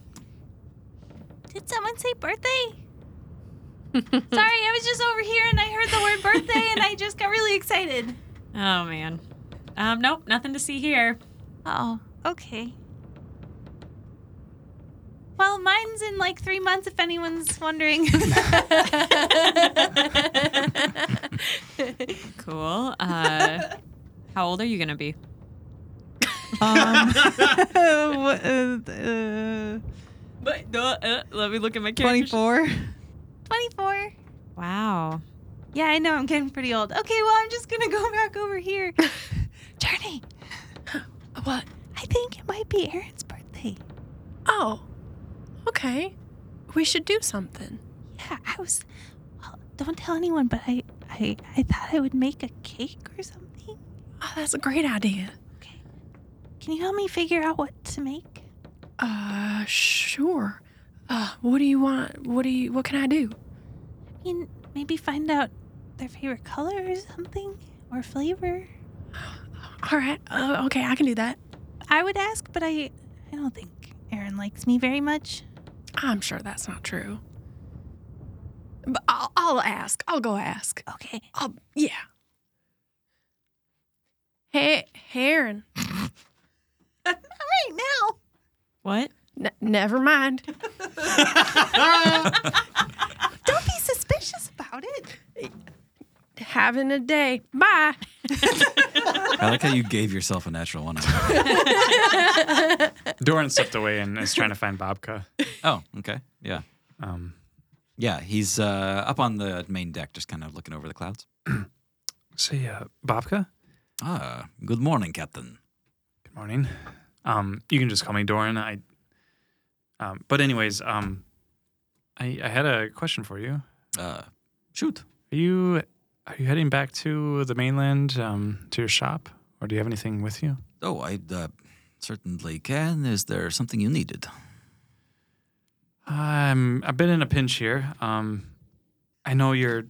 Speaker 2: Did someone say birthday? Sorry, I was just over here and I heard the word birthday and I just got really excited.
Speaker 6: Oh man. Um nope, nothing to see here.
Speaker 2: Oh, okay. Well, mine's in like three months if anyone's wondering.
Speaker 6: Cool. Uh how old are you going to be?
Speaker 4: Um, what,
Speaker 2: Um,
Speaker 4: uh, uh,
Speaker 6: But uh, let me look at my
Speaker 4: 24.
Speaker 2: 24.
Speaker 6: Wow.
Speaker 2: Yeah, I know I'm getting pretty old. Okay, well, I'm just gonna go back over here. Journey,
Speaker 8: What?
Speaker 2: I think it might be Aaron's birthday.
Speaker 8: Oh, okay. We should do something.
Speaker 2: Yeah, I was. Well, don't tell anyone, but I, I, I thought I would make a cake or something.
Speaker 8: Oh, that's a great idea.
Speaker 2: Can you help me figure out what to make?
Speaker 8: Uh, sure. Uh, what do you want? What do you? What can I do?
Speaker 2: I mean, maybe find out their favorite color or something, or flavor.
Speaker 8: All right. Uh, okay, I can do that.
Speaker 2: I would ask, but I, I don't think Aaron likes me very much.
Speaker 8: I'm sure that's not true. But I'll, I'll ask. I'll go ask.
Speaker 2: Okay.
Speaker 8: I'll, yeah. Hey, Heron.
Speaker 2: Right now.
Speaker 6: What?
Speaker 8: N- never mind.
Speaker 2: Don't be suspicious about it.
Speaker 8: Having a day. Bye.
Speaker 1: I like how you gave yourself a natural one.
Speaker 3: Doran stepped away and is trying to find Bobka.
Speaker 1: oh, okay. Yeah.
Speaker 3: Um,
Speaker 1: Yeah, he's uh, up on the main deck, just kind of looking over the clouds.
Speaker 3: so yeah, Bobka.
Speaker 1: Ah, good morning, Captain.
Speaker 3: Good morning. Um, you can just call me Doran. I. Um, but anyways, um, I I had a question for you.
Speaker 1: Uh, shoot.
Speaker 3: Are you are you heading back to the mainland um, to your shop, or do you have anything with you?
Speaker 1: Oh, I uh, certainly can. Is there something you needed?
Speaker 3: I'm I've been in a pinch here. Um, I know your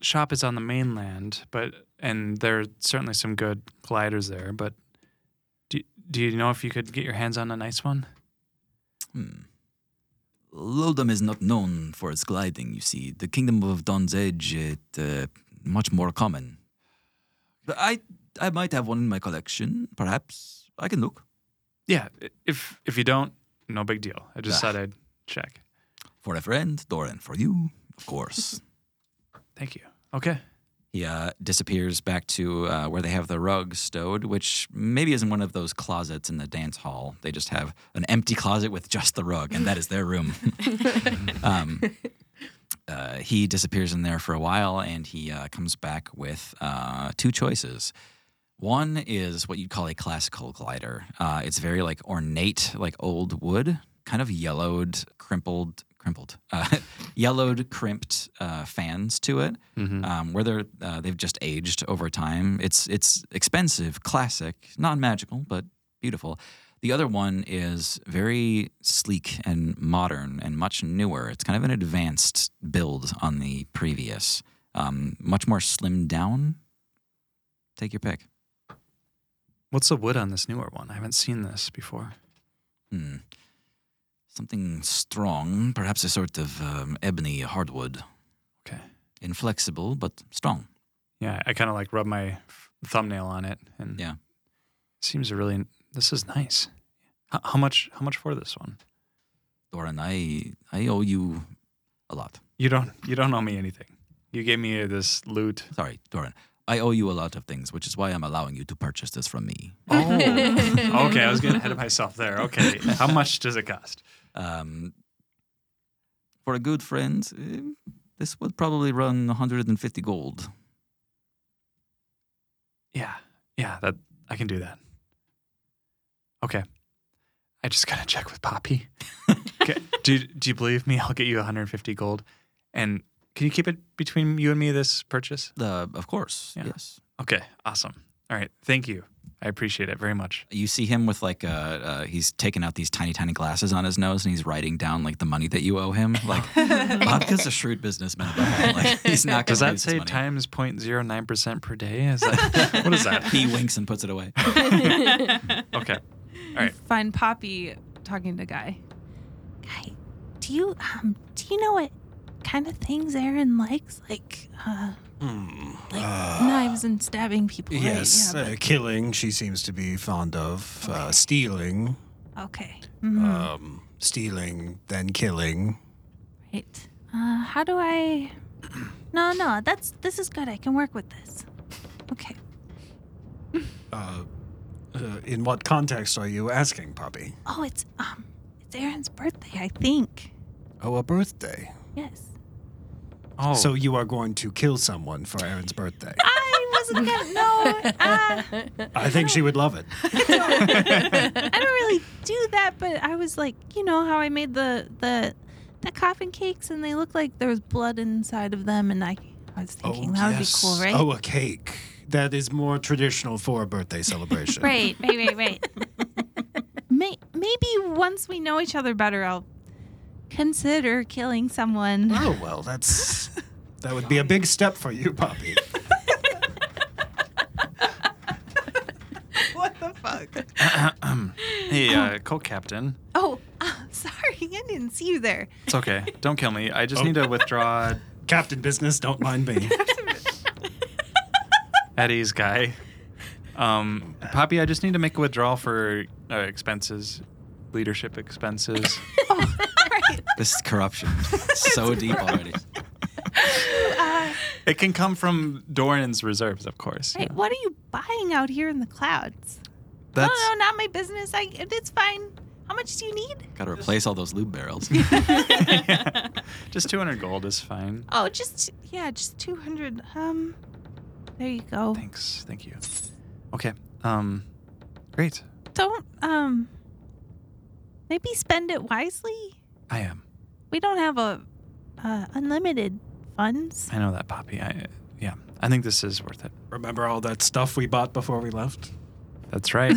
Speaker 3: shop is on the mainland, but and there are certainly some good gliders there. But do do you know if you could get your hands on a nice one?
Speaker 1: Hmm. Lodom is not known for its gliding, you see. The Kingdom of Dawn's Edge is uh, much more common. But I, I might have one in my collection, perhaps. I can look.
Speaker 3: Yeah. i- If if you don't, no big deal. I just
Speaker 1: Ah.
Speaker 3: thought I'd check.
Speaker 1: For a friend, Doran, for you, of course.
Speaker 3: Thank you. Okay.
Speaker 1: He uh, disappears back to uh, where they have the rug stowed, which maybe isn't one of those closets in the dance hall. They just have an empty closet with just the rug, and that is their room. um, uh, he disappears in there for a while, and he uh, comes back with uh, two choices. One is what you'd call a classical glider. Uh, it's very like ornate, like old wood, kind of yellowed, crimpled, crimpled, uh, yellowed, crimped uh, fans to it
Speaker 3: Mm-hmm.
Speaker 1: um, where they're uh, they've just aged over time. It's it's expensive, classic, non magical, but beautiful. The other one is very sleek and modern and much newer. It's kind of an advanced build on the previous, um, much more slimmed down. Take your pick.
Speaker 3: What's the wood on this newer one? I haven't seen this before.
Speaker 1: Hmm. Something strong, perhaps a sort of um, ebony hardwood.
Speaker 3: Okay.
Speaker 1: Inflexible, but strong.
Speaker 3: Yeah, I kind of like rub my f- thumbnail on it, and
Speaker 1: Yeah.
Speaker 3: seems a really this is nice. How, how much? How much for this one?
Speaker 1: Doran, I, I owe you a lot.
Speaker 3: You don't. You don't owe me anything. You gave me this loot.
Speaker 1: Sorry, Doran. I owe you a lot of things, which is why I'm allowing you to purchase this from me.
Speaker 3: Oh, okay. I was getting ahead of myself there. Okay, how much does it cost?
Speaker 1: Um, for a good friend, eh, this would probably run 150 gold.
Speaker 3: Yeah, yeah. That I can do that. Okay, I just gotta check with Poppy. okay. Do you- Do you believe me? I'll get you 150 gold, and can you keep it between you and me? This purchase.
Speaker 1: Uh, of course,
Speaker 3: Yeah.
Speaker 1: yes.
Speaker 3: Okay, awesome. All right, thank you. I appreciate it very much.
Speaker 1: You see him with like uh, uh he's taking out these tiny, tiny glasses on his nose, and he's writing down like the money that you owe him. Like Bobka's a shrewd businessman. above all. Like, he's not.
Speaker 3: Does
Speaker 1: gonna
Speaker 3: that
Speaker 1: lose
Speaker 3: say
Speaker 1: his money.
Speaker 3: times 0.09% per day? Is that, what is that?
Speaker 1: He winks and puts it away.
Speaker 3: Okay.
Speaker 4: Find Poppy talking to Guy.
Speaker 2: Guy, do you um do you know what kind of things Aaron likes? Like uh like knives and stabbing people. right?
Speaker 5: Yes,
Speaker 2: Yeah,
Speaker 5: uh, killing. She seems to be fond of uh, stealing,
Speaker 2: but- okay. Mhm.
Speaker 5: um, stealing, then killing.
Speaker 2: Right. Uh, how do I? No, no. That's this is good. I can work with this. Okay.
Speaker 5: Uh, uh, in what context are you asking, Poppy?
Speaker 2: Oh, it's um, it's Aaron's birthday, I think.
Speaker 5: Oh, a birthday.
Speaker 2: Yes.
Speaker 3: Oh,
Speaker 5: So you are going to kill someone for Aaron's birthday.
Speaker 2: I wasn't gonna. No. Uh,
Speaker 5: I think she would love it.
Speaker 2: I don't really do that, but I was like, you know how I made the the the coffin cakes, and they looked like there was blood inside of them, and I I was thinking that would be cool, right?
Speaker 5: Oh, a cake. That is more traditional for a birthday celebration.
Speaker 2: Right, right, right, right. May- maybe once we know each other better, I'll consider killing someone.
Speaker 5: Oh well, that's that would be a big step for you, Poppy.
Speaker 4: What the fuck?
Speaker 3: Hey, uh, cult captain.
Speaker 2: Oh, ah, sorry, I didn't see you there.
Speaker 3: It's okay. Don't kill me. I just need to withdraw
Speaker 5: Captain Business, don't mind me.
Speaker 3: Eddie's guy. Um, Poppy, I just need to make a withdrawal for uh, expenses, leadership expenses.
Speaker 1: This is corruption. so deep already.
Speaker 3: it can come from Doran's reserves, of course.
Speaker 2: Right, what are you buying out here in the clouds?
Speaker 3: That's
Speaker 2: Oh no, not my business. I it's fine. How much do you need?
Speaker 1: Got to replace all those lube barrels.
Speaker 3: just 200 gold is fine.
Speaker 2: Oh, just yeah, just two hundred. Um, there you go.
Speaker 3: Thanks. Thank you. Okay. Um, great.
Speaker 2: Don't um, maybe spend it wisely.
Speaker 3: I am.
Speaker 2: We don't have a uh, unlimited funds.
Speaker 3: I know that, Poppy. I yeah. I think this is worth it.
Speaker 5: Remember all that stuff we bought before we left?
Speaker 3: That's right.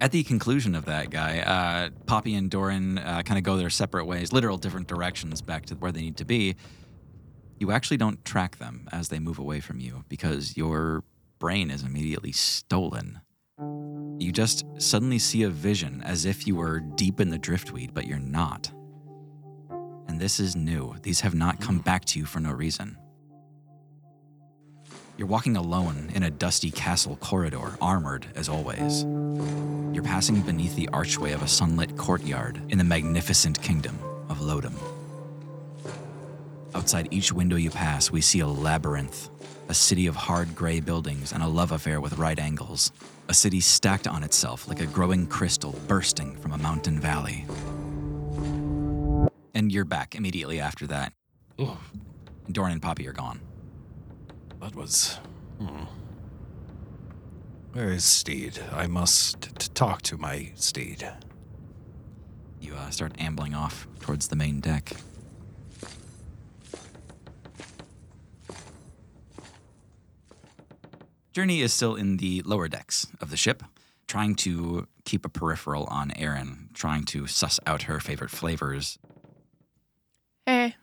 Speaker 1: At the conclusion of that guy, uh, Poppy and Doran uh, kind of go their separate ways, literal different directions back to where they need to be. You actually don't track them as they move away from you because your brain is immediately stolen. You just suddenly see a vision as if you were deep in the driftweed, but you're not. And this is new. These have not come back to you for no reason. You're walking alone in a dusty castle corridor, armored as always. You're passing beneath the archway of a sunlit courtyard in the magnificent kingdom of Lodom. Outside each window you pass, we see a labyrinth, a city of hard gray buildings and a love affair with right angles, a city stacked on itself like a growing crystal bursting from a mountain valley. And you're back immediately after that. Doran and Poppy are gone.
Speaker 5: That was. hmm. Where is Steed? I must t- t- talk to my Steed.
Speaker 1: You uh, start ambling off towards the main deck. Journey is still in the lower decks of the ship, trying to keep a peripheral on Erin, trying to suss out her favorite flavors.
Speaker 7: Hey,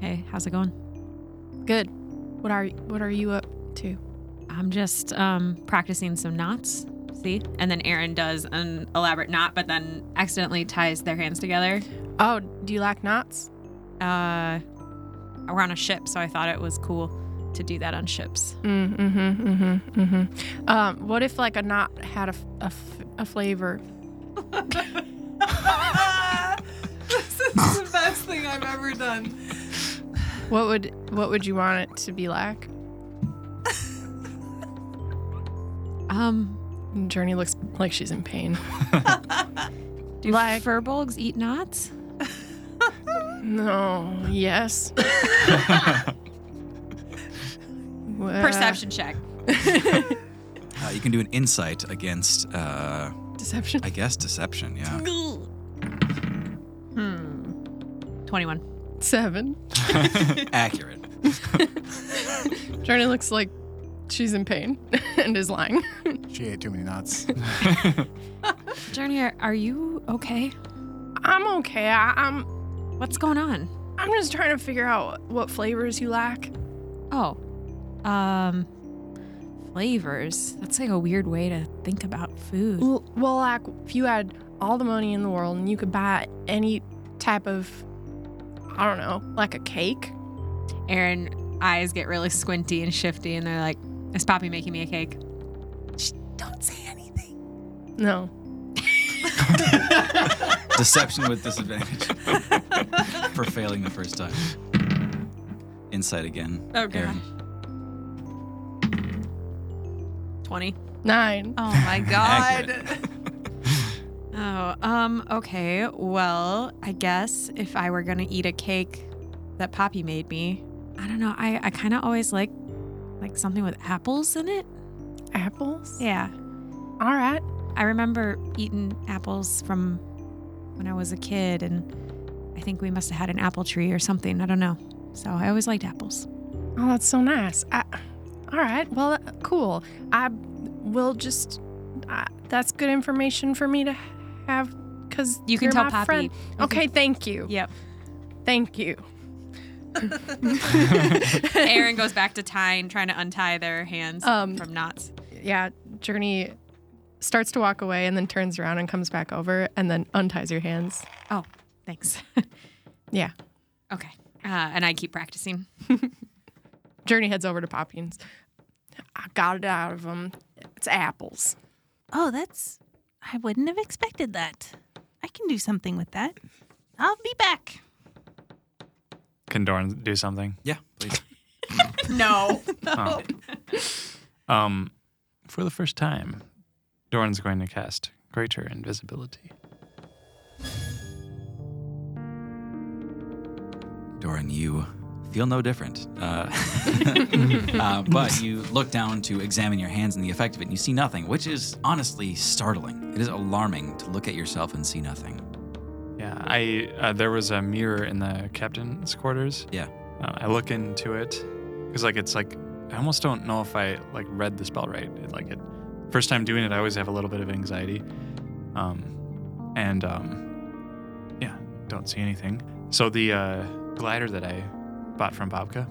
Speaker 6: Hey, how's it going?
Speaker 7: good. What are what are you up to?
Speaker 6: I'm just um, practicing some knots. See? And then Aaron does an elaborate knot, but then accidentally ties their hands together.
Speaker 7: Oh, do you like knots?
Speaker 6: Uh, we're on a ship, so I thought it was cool to do that on ships.
Speaker 7: Mm, mm-hmm, mm-hmm, mm-hmm. Um, what if like a knot had a, f- a f- a flavor?
Speaker 4: this is the best thing I've ever done.
Speaker 7: What would what would you want it to be like?
Speaker 6: Um,
Speaker 7: And Journey looks like she's in pain.
Speaker 6: do
Speaker 7: Like-
Speaker 6: furbolgs eat knots?
Speaker 7: No. Yes. Well,
Speaker 6: Perception check.
Speaker 1: Uh, you can do an insight against, uh,
Speaker 7: Deception.
Speaker 1: I guess, deception. Yeah.
Speaker 6: Hmm. 21.
Speaker 7: Seven.
Speaker 1: Accurate.
Speaker 7: Journey looks like she's in pain and is lying.
Speaker 9: She ate too many nuts.
Speaker 6: Journey, are, are you okay?
Speaker 7: I'm okay. I, I'm
Speaker 6: What's going on?
Speaker 7: I'm just trying to figure out what flavors you like.
Speaker 6: Oh, um, flavors. That's like a weird way to think about food.
Speaker 7: Well, well, like if you had all the money in the world and you could buy any type of, I don't know, like a cake.
Speaker 6: Aaron eyes get really squinty and shifty, and they're like, "Is Poppy making me a cake?"
Speaker 7: No.
Speaker 1: Deception with disadvantage for failing the first time. Insight again.
Speaker 6: Oh, God.
Speaker 1: Erin.
Speaker 6: Twenty.
Speaker 7: Nine.
Speaker 4: Oh my god.
Speaker 6: Oh, um, okay. Well, I guess if I were gonna eat a cake that Poppy made me, I don't know. I I kind of always like like something with apples in it.
Speaker 7: Apples?
Speaker 6: Yeah,
Speaker 7: All right.
Speaker 6: I remember eating apples from when I was a kid, and I think we must have had an apple tree or something. I don't know. So I always liked apples.
Speaker 7: Oh, that's so nice. I, all right. Well, uh, cool. I will just. I, that's good information for me to have because
Speaker 6: You can tell
Speaker 7: my
Speaker 6: Poppy.
Speaker 7: Friend.
Speaker 6: You
Speaker 7: Okay. Thank you.
Speaker 6: Yep.
Speaker 7: Thank you.
Speaker 6: Aaron goes back to tying, trying to untie their hands
Speaker 7: Um,
Speaker 6: from knots.
Speaker 7: Yeah. Journey starts to walk away and then turns around and comes back over and then unties your hands.
Speaker 6: Oh, thanks.
Speaker 7: Yeah.
Speaker 6: okay. Uh, and I keep practicing.
Speaker 7: Journey heads over to Poppy and s- I got it out of him. It's apples.
Speaker 2: Oh, that's. I wouldn't have expected that. I can do something with that. I'll be back.
Speaker 3: Can Dorn do something?
Speaker 1: Yeah, please.
Speaker 6: No.
Speaker 3: Huh. Um, for the first time, Dorn's going to cast Greater Invisibility.
Speaker 1: Doran, you feel no different. Uh, uh, but you look down to examine your hands and the effect of it, and you see nothing, which is honestly startling. It is alarming to look at yourself and see nothing.
Speaker 3: Yeah, I uh, there was a mirror in the captain's quarters.
Speaker 1: Yeah.
Speaker 3: uh, I look into it because like it's like I almost don't know if I like read the spell right. It, like it first time doing it, I always have a little bit of anxiety, um, and um, yeah, don't see anything. So the uh, glider that I bought from Babka,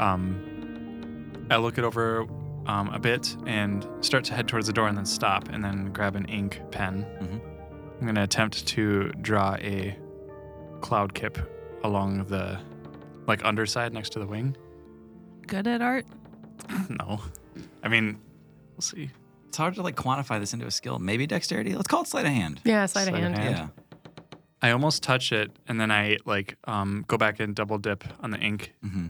Speaker 3: um, I look it over um, a bit and start to head towards the door and then stop and then grab an ink pen.
Speaker 1: Mhm.
Speaker 3: I'm gonna attempt to draw a cloud kip along the like underside next to the wing.
Speaker 4: Good at art.
Speaker 3: no, I mean, we'll see.
Speaker 1: It's hard to like quantify this into a skill. Maybe dexterity. Let's call it sleight of hand.
Speaker 7: Yeah, sleight of
Speaker 3: Sleight of
Speaker 7: hand.
Speaker 3: hand.
Speaker 1: Yeah.
Speaker 3: I almost touch it and then I like um, go back and double dip on the ink.
Speaker 1: hmm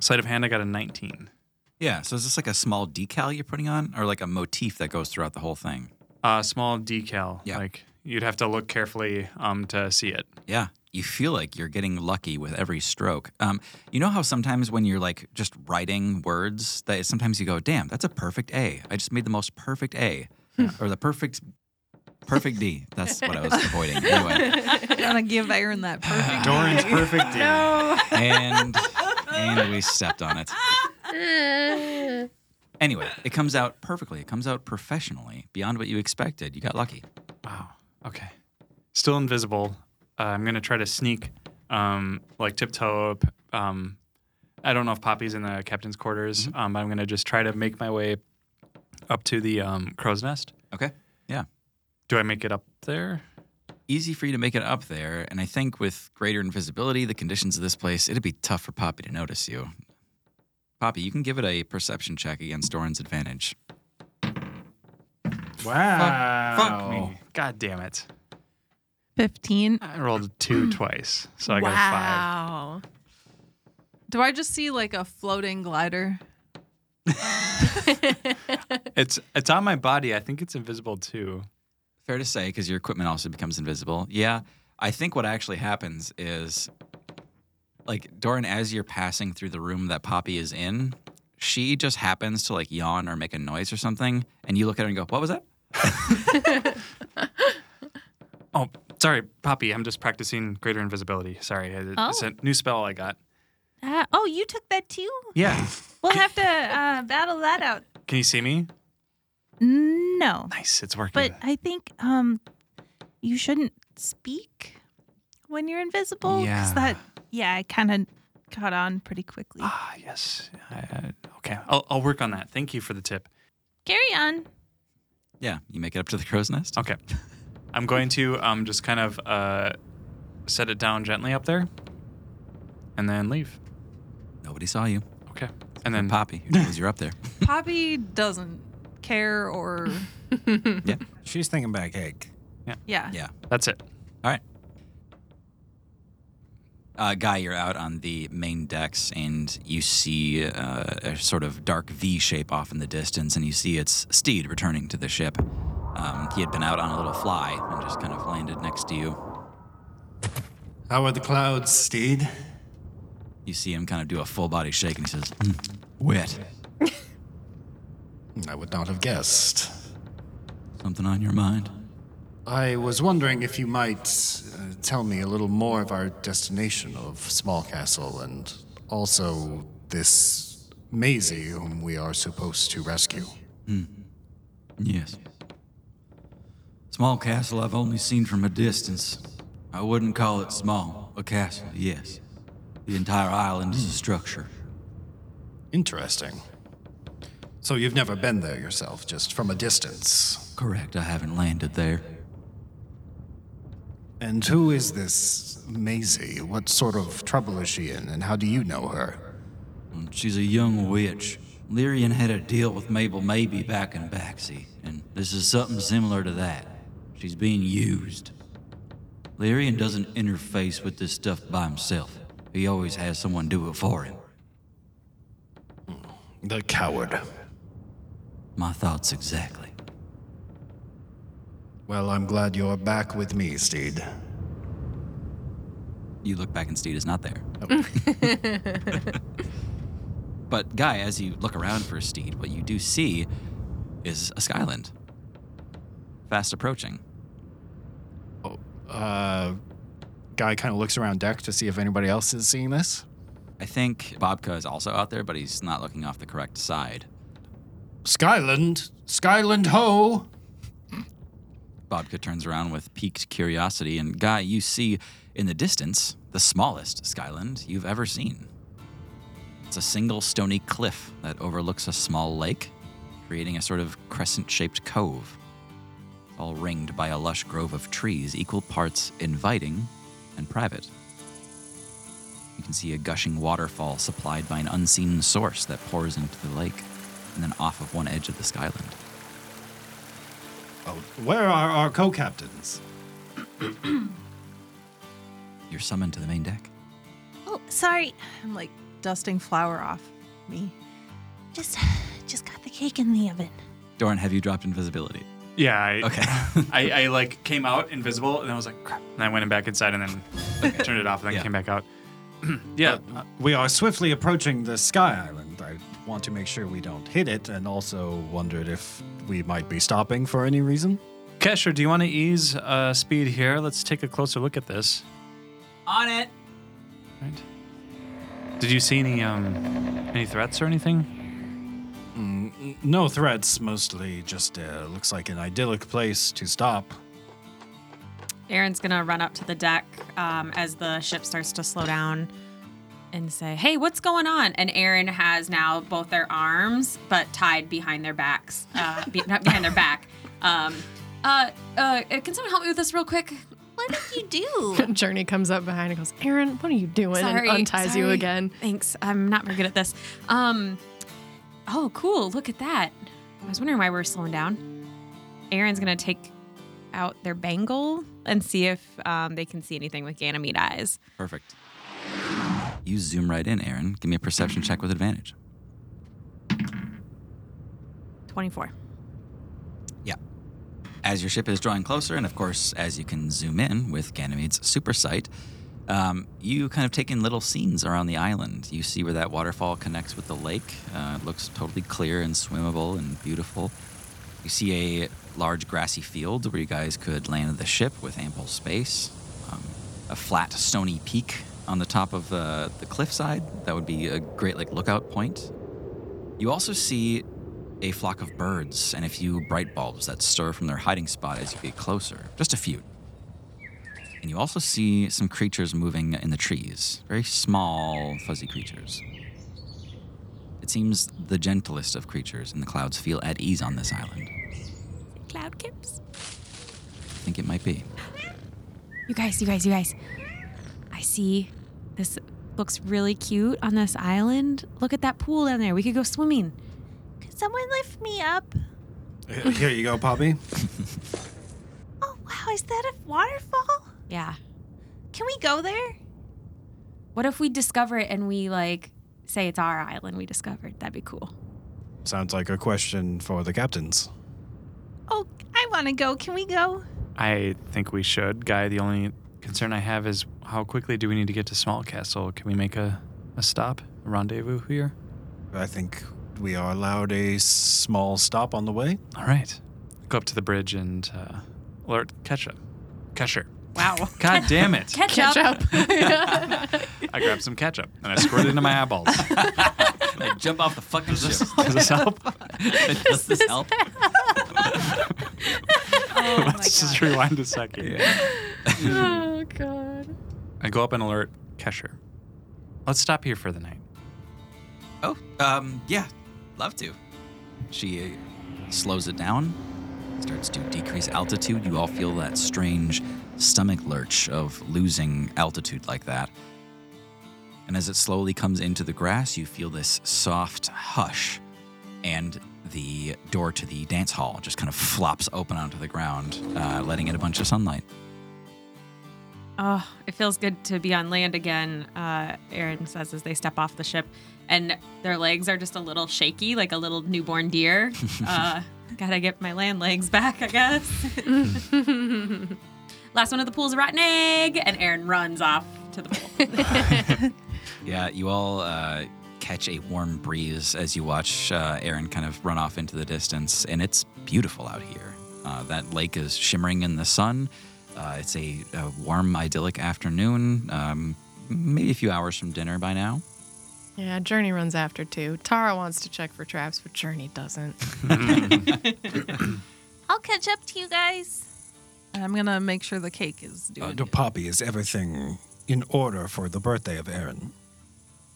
Speaker 3: Sleight of hand, I got a 19.
Speaker 1: Yeah. So is this like a small decal you're putting on, or like a motif that goes throughout the whole thing?
Speaker 3: Uh, small decal.
Speaker 1: Yeah.
Speaker 3: Like you'd have to look carefully um, to see it.
Speaker 1: Yeah. You feel like you're getting lucky with every stroke. Um, you know how sometimes when you're like just writing words, that sometimes you go, "Damn, that's a perfect A. I just made the most perfect A, or the perfect, perfect D." That's what I was avoiding anyway.
Speaker 4: Gotta give Aaron that perfect.
Speaker 5: Doran's perfect. D.
Speaker 1: And and we stepped on it. Anyway, it comes out perfectly. It comes out professionally, beyond what you expected. You got lucky.
Speaker 3: Wow. Okay. Still invisible. Uh, I'm gonna try to sneak, um, like tiptoe up. Um, I don't know if Poppy's in the captain's quarters. Um, but I'm gonna just try to make my way up to the um, crow's nest.
Speaker 1: Okay. Yeah.
Speaker 3: Do I make it up there?
Speaker 1: easy for you to make it up there. And I think with greater invisibility, the conditions of this place, it'd be tough for Poppy to notice you. Poppy, you can give it a perception check against Doran's advantage.
Speaker 5: Wow.
Speaker 3: Fuck me. God damn it.
Speaker 4: 15.
Speaker 3: I rolled a two twice, so I got a five.
Speaker 7: Wow.
Speaker 4: Do I just see like a floating glider?
Speaker 3: It's it's on my body. I think it's invisible too.
Speaker 1: Fair to say, because your equipment also becomes invisible. Yeah, I think what actually happens is, like, Doran, as you're passing through the room that Poppy is in, she just happens to, like, yawn or make a noise or something. And you look at her and go, What was that?
Speaker 3: Oh, sorry, Poppy. I'm just practicing greater invisibility. Sorry, it- it's a new spell I got.
Speaker 2: Uh, oh, you took that too?
Speaker 3: Yeah.
Speaker 2: We'll have to uh, battle that out.
Speaker 3: Can you see me?
Speaker 2: No,
Speaker 3: Nice, it's working.
Speaker 2: but I think um, you shouldn't speak when you're invisible. 'cause
Speaker 3: Yeah.
Speaker 2: That, yeah, I kind of caught on pretty quickly.
Speaker 3: ah, yes. I, uh, okay, I'll, I'll work on that. Thank you for the tip.
Speaker 2: Carry on.
Speaker 1: Yeah, you make it up to the crow's nest.
Speaker 3: Okay, I'm going to um just kind of uh set it down gently up there, and then leave.
Speaker 1: Nobody saw you. Mm.
Speaker 3: Okay, and
Speaker 1: And
Speaker 3: then
Speaker 1: Poppy, who knows you're up there?
Speaker 4: Poppy doesn't care or.
Speaker 5: She's thinking back, egg.
Speaker 4: Yeah.
Speaker 1: Yeah.
Speaker 3: That's it.
Speaker 1: All right. Uh, Guy, you're out on the main decks and you see uh, a sort of dark V shape off in the distance, and you see it's Steed returning to the ship. Um, he had been out on a little fly and just kind of landed next to you.
Speaker 5: How are the clouds, Steed?
Speaker 1: You see him kind of do a full body shake and he says, "Mm, Wet.
Speaker 5: I would not have guessed.
Speaker 1: Something on your mind?
Speaker 5: I was wondering if you might uh,
Speaker 9: tell me a little more of our destination of Small Castle and also this Maisie whom we are supposed to rescue?
Speaker 1: Yes. Small castle I've only seen from a distance. I wouldn't call it small. A castle, yes. The entire island is a structure.
Speaker 9: Interesting. So you've never been there yourself, just from a distance.
Speaker 1: Correct, I haven't landed there.
Speaker 9: And who is this Maisie? What sort of trouble is she in, and how do you know her?
Speaker 1: And She's a young witch. Lyrian had a deal with Mabel Maybe back in Baxi, and this is something similar to that. She's being used. Lyrian doesn't interface with this stuff by himself. He always has someone do it for him.
Speaker 9: The coward.
Speaker 1: My thoughts exactly.
Speaker 9: Well, I'm glad you're back with me, Steed.
Speaker 1: You look back and Steed is not there. but Guy, as you look around for Steed, what you do see is a Skyland. Fast approaching.
Speaker 5: Uh, guy kind of looks around deck to see if anybody else is seeing this.
Speaker 1: I think Bobka is also out there, but he's not looking off the correct side.
Speaker 9: Skyland! Skyland ho!
Speaker 1: Bobka turns around with piqued curiosity, and Guy, you see in the distance the smallest Skyland you've ever seen. It's a single stony cliff that overlooks a small lake, creating a sort of crescent shaped cove, all ringed by a lush grove of trees, equal parts inviting and private. You can see a gushing waterfall supplied by an unseen source that pours into the lake and then off of one edge of the Skyland.
Speaker 5: Oh, where are our co-captains?
Speaker 1: You're summoned to the main deck.
Speaker 2: Oh, sorry.
Speaker 4: I'm like dusting flour off me.
Speaker 2: Just just got the cake in the oven.
Speaker 1: Doran, have you dropped invisibility?
Speaker 3: Yeah. I,
Speaker 1: Okay.
Speaker 3: I, I like came out invisible and I was like, crap. And I went back inside and then turned it off and then
Speaker 1: Yeah.
Speaker 3: came back out. yeah.
Speaker 5: Uh, We are swiftly approaching the Sky Island. I want to make sure we don't hit it, and also wondered if we might be stopping for any reason.
Speaker 3: Kesher, do you want to ease uh, speed here? Let's take a closer look at this.
Speaker 1: On it!
Speaker 3: Right. Did you see any um any threats or anything?
Speaker 5: No threats, mostly just uh, looks like an idyllic place to stop.
Speaker 6: Aaron's gonna run up to the deck um, as the ship starts to slow down and say, "Hey, what's going on?" And Aaron has now both their arms, but tied behind their backs, uh, be- not behind their back. Um, uh, uh, can someone help me with this real quick?
Speaker 2: What did you do?
Speaker 7: Journey comes up behind and goes, Aaron, what are you doing?
Speaker 6: Sorry,
Speaker 7: and unties you
Speaker 6: sorry.
Speaker 7: again.
Speaker 6: Thanks. I'm not very good at this. Um, oh, cool. Look at that. I was wondering why we were slowing down. Aaron's gonna take out their bangle and see if um, they can see anything with Ganymede eyes.
Speaker 1: Perfect. You zoom right in, Aaron. Give me a perception check with advantage.
Speaker 6: 24.
Speaker 1: Yeah. As your ship is drawing closer, and of course, as you can zoom in with Ganymede's super sight, um, you kind of take in little scenes around the island. You see where that waterfall connects with the lake. Uh, it looks totally clear and swimmable and beautiful. You see a large grassy field where you guys could land the ship with ample space. Um, a flat stony peak on the top of uh, the cliffside that would be a great like lookout point. You also see a flock of birds and a few bright bulbs that stir from their hiding spot as you get closer. Just a few. And you also see some creatures moving in the trees. Very small, fuzzy creatures. It seems the gentlest of creatures in the clouds feel at ease on this island.
Speaker 6: Cloud kips.
Speaker 1: I think it might be.
Speaker 6: You guys, you guys, you guys. I see this looks really cute on this island. Look at that pool down there. We could go swimming.
Speaker 2: Could someone lift me up?
Speaker 5: Uh, Here you go, Poppy.
Speaker 2: Oh wow, is that a waterfall?
Speaker 6: Yeah.
Speaker 2: Can we go there?
Speaker 6: What if we discover it and we like say it's our island we discovered? That'd be cool.
Speaker 5: Sounds like a question for the captains.
Speaker 2: Oh, I want to go. Can we go?
Speaker 3: I think we should. Guy, the only concern I have is how quickly do we need to get to Small Castle? Can we make a, a stop, a rendezvous here?
Speaker 5: I think we are allowed a small stop on the way.
Speaker 3: All right. Go up to the bridge and uh, alert Kesha. Kesher.
Speaker 6: Wow.
Speaker 3: God damn it.
Speaker 6: Ketchup.
Speaker 3: I grabbed some ketchup and I squirted it into my eyeballs.
Speaker 1: Like, jump off the fucking ship.
Speaker 3: Does this help?
Speaker 1: Does this help?
Speaker 6: Oh my
Speaker 3: Let's just
Speaker 6: God.
Speaker 3: rewind a second.
Speaker 7: Oh, God.
Speaker 3: I go up and alert Kesher. Let's stop here for the night.
Speaker 1: Oh, um, yeah, love to. She uh, slows it down, starts to decrease altitude. You all feel that strange stomach lurch of losing altitude like that. And as it slowly comes into the grass, you feel this soft hush, and the door to the dance hall just kind of flops open onto the ground, uh, letting in a bunch of sunlight.
Speaker 6: Oh, it feels good to be on land again, uh, Aaron says as they step off the ship. And their legs are just a little shaky, like a little newborn deer. uh, gotta get my land legs back, I guess. Last one at the pool's a rotten egg. And Aaron runs off to the pool.
Speaker 1: Yeah, you all uh, catch a warm breeze as you watch uh, Aaron kind of run off into the distance, and it's beautiful out here. Uh, that lake is shimmering in the sun. Uh, it's a, a warm, idyllic afternoon, um, maybe a few hours from dinner by now.
Speaker 8: Yeah, Journey runs after too. Tara wants to check for traps, but Journey doesn't.
Speaker 2: I'll catch up to you guys.
Speaker 4: And I'm gonna make sure the cake is
Speaker 3: Oh,
Speaker 10: Uh,
Speaker 4: doing.
Speaker 10: the poppy is everything in order for the birthday of Aaron.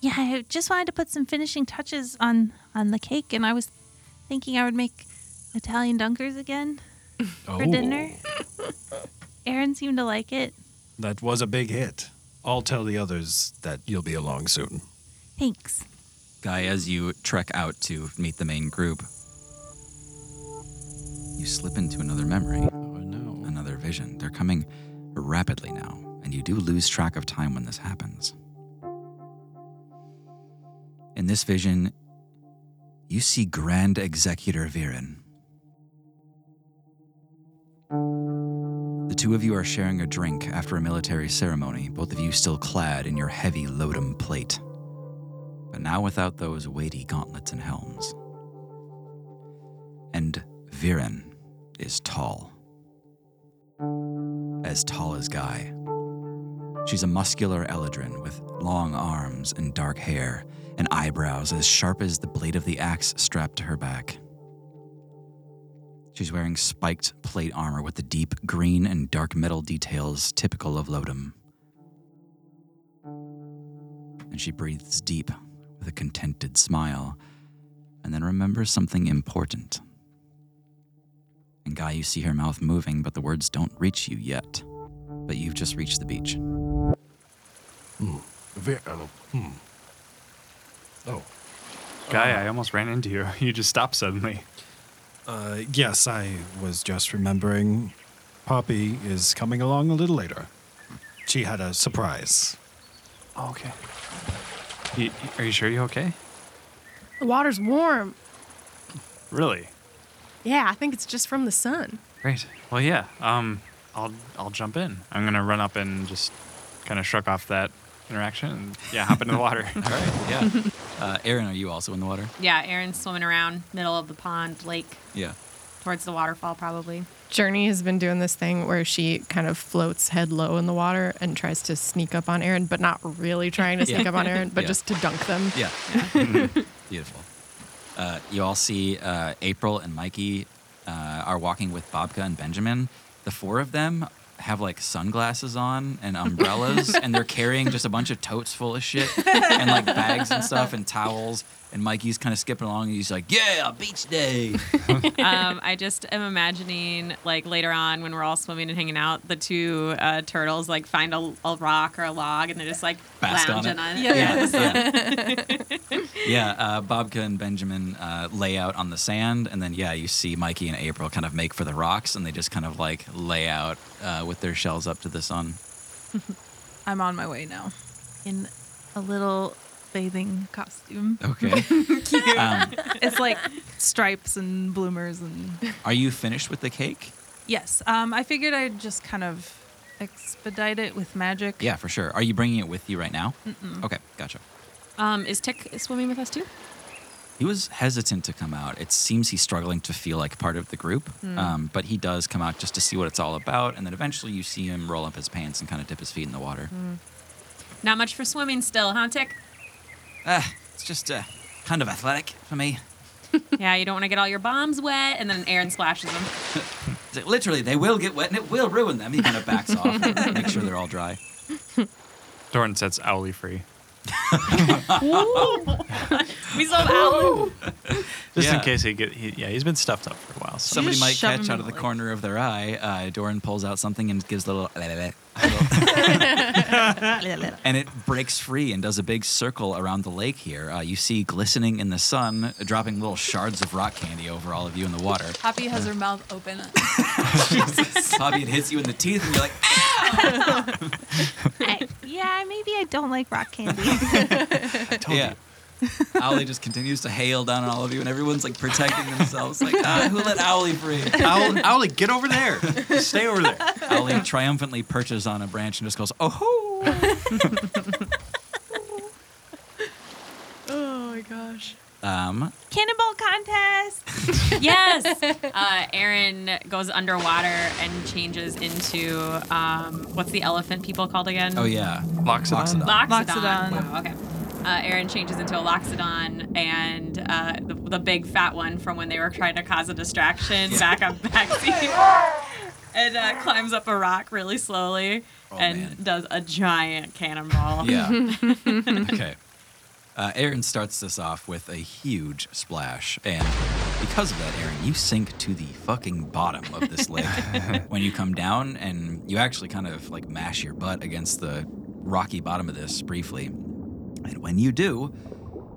Speaker 2: Yeah, I just wanted to put some finishing touches on on the cake, and I was thinking I would make Italian dunkers again for dinner. Aaron seemed to like it.
Speaker 10: That was a big hit. I'll tell the others that you'll be along soon.
Speaker 2: Thanks.
Speaker 1: Guy, as you trek out to meet the main group, you slip into another memory.
Speaker 3: Oh no.
Speaker 1: another vision. They're coming rapidly now, and you do lose track of time when this happens. In this vision, you see Grand Executor Viren. The two of you are sharing a drink after a military ceremony, both of you still clad in your heavy lodum plate, but now without those weighty gauntlets and helms. And Viren is tall as tall as Guy. She's a muscular Eladrin with long arms and dark hair and eyebrows as sharp as the blade of the axe strapped to her back. She's wearing spiked plate armor with the deep green and dark metal details typical of Lodum. And she breathes deep with a contented smile and then remembers something important. And Guy, you see her mouth moving, but the words don't reach you yet. But you've just reached the beach.
Speaker 9: Ve- uh, hmm. Oh,
Speaker 3: Guy, I almost ran into you. You just stopped suddenly.
Speaker 5: Uh,
Speaker 10: Yes, I was just remembering Poppy is coming along a little later. She had a surprise.
Speaker 3: Oh, okay. are you sure you're okay?
Speaker 7: The water's warm.
Speaker 3: Really?
Speaker 7: Yeah, I think it's just from the sun.
Speaker 3: Great. Well, yeah. Um, I'll I'll jump in. I'm gonna run up and just kind of shrug off that interaction and yeah, hop into the water.
Speaker 1: All right, yeah. uh, Aaron, are you also in the water?
Speaker 6: yeah, Aaron's swimming around, middle of the pond, lake,
Speaker 1: Yeah.
Speaker 6: towards the waterfall, probably.
Speaker 8: Journey has been doing this thing where she kind of floats head low in the water and tries to sneak up on Aaron, but not really trying to
Speaker 1: Yeah.
Speaker 8: sneak up on Aaron, but
Speaker 1: Yeah.
Speaker 8: just to dunk them.
Speaker 1: Yeah. Beautiful. Uh, you all see uh, April and Mikey uh, are walking with Bobka and Benjamin. The four of them have like sunglasses on and umbrellas, and they're carrying just a bunch of totes full of shit and like bags and stuff and towels. And Mikey's kind of skipping along, and he's like, "Yeah, beach day."
Speaker 6: um, I just am imagining, like later on when we're all swimming and hanging out, the two uh, turtles like find a, a rock or a log and they're just like
Speaker 1: Bast on
Speaker 6: lounging
Speaker 1: it.
Speaker 6: on it.
Speaker 1: Yeah. Yeah, yeah uh, Bobka and Benjamin uh, lay out on the sand, and then, yeah, you see Mikey and April kind of make for the rocks, and they just kind of like lay out uh, with their shells up to the sun.
Speaker 4: I'm on my way now, in a little bathing costume.
Speaker 1: Okay. Um,
Speaker 4: it's like stripes and bloomers and
Speaker 1: are you finished with the cake?
Speaker 4: yes. Um, I figured I'd just kind of expedite it with magic.
Speaker 1: Yeah, for sure. Are you bringing it with you right now? Okay, gotcha.
Speaker 6: Um, is Tick swimming with us too?
Speaker 1: He was hesitant to come out. It seems he's struggling to feel like part of the group, um, but he does come out just to see what it's all about. And then eventually you see him roll up his pants and kind of dip his feet in the water.
Speaker 6: Not much for swimming still, huh, Tick?
Speaker 1: Ah, it's just uh, kind of athletic for me.
Speaker 6: yeah, you don't want to get all your bombs wet, and then Aaron splashes them.
Speaker 1: It's like, Literally, they will get wet and it will ruin them. He kind of backs off, and make sure they're all dry.
Speaker 3: Doran sets Owly free.
Speaker 6: We still have Alan.
Speaker 3: Just in
Speaker 1: Yeah.
Speaker 3: case he get, he, yeah, he's been stuffed up for a while. So.
Speaker 1: Somebody
Speaker 4: just
Speaker 1: might
Speaker 4: shove him
Speaker 1: catch out
Speaker 4: in
Speaker 1: of
Speaker 4: the
Speaker 1: the
Speaker 4: lake.
Speaker 1: corner of their eye. Uh, Doran pulls out something and gives a little, and it breaks free and does a big circle around the lake. Here, uh, you see glistening in the sun, dropping little shards of rock candy over all of you in the water.
Speaker 4: Poppy has her mouth open.
Speaker 1: Bobby, it hits you in the teeth, and you're like, "Ah!"
Speaker 2: I- yeah, maybe I don't like rock candy.
Speaker 1: yeah. Owly just continues to hail down on all of you, and everyone's like protecting themselves. Like, ah, who let Owly free?
Speaker 3: Owly, Owly, get over there. Stay over there.
Speaker 1: Owly triumphantly perches on a branch and just goes, oh ho!
Speaker 7: Oh my gosh.
Speaker 1: Um,
Speaker 2: Cannonball contest.
Speaker 6: yes. Uh, Aaron goes underwater and changes into um, what's the elephant people called again?
Speaker 1: oh, yeah.
Speaker 3: Loxodon.
Speaker 1: Loxodon.
Speaker 6: Loxodon.
Speaker 4: Loxodon.
Speaker 6: Wow, okay. Uh, Aaron changes into a Loxodon and uh, the, the big fat one from when they were trying to cause a distraction back up backseat. and uh, climbs up a rock really slowly
Speaker 1: Oh,
Speaker 6: and
Speaker 1: man.
Speaker 6: does a giant cannonball.
Speaker 1: Yeah. okay. Uh, Aaron starts this off with a huge splash, and because of that, Aaron, you sink to the fucking bottom of this lake when you come down, and you actually kind of like mash your butt against the rocky bottom of this briefly. And when you do,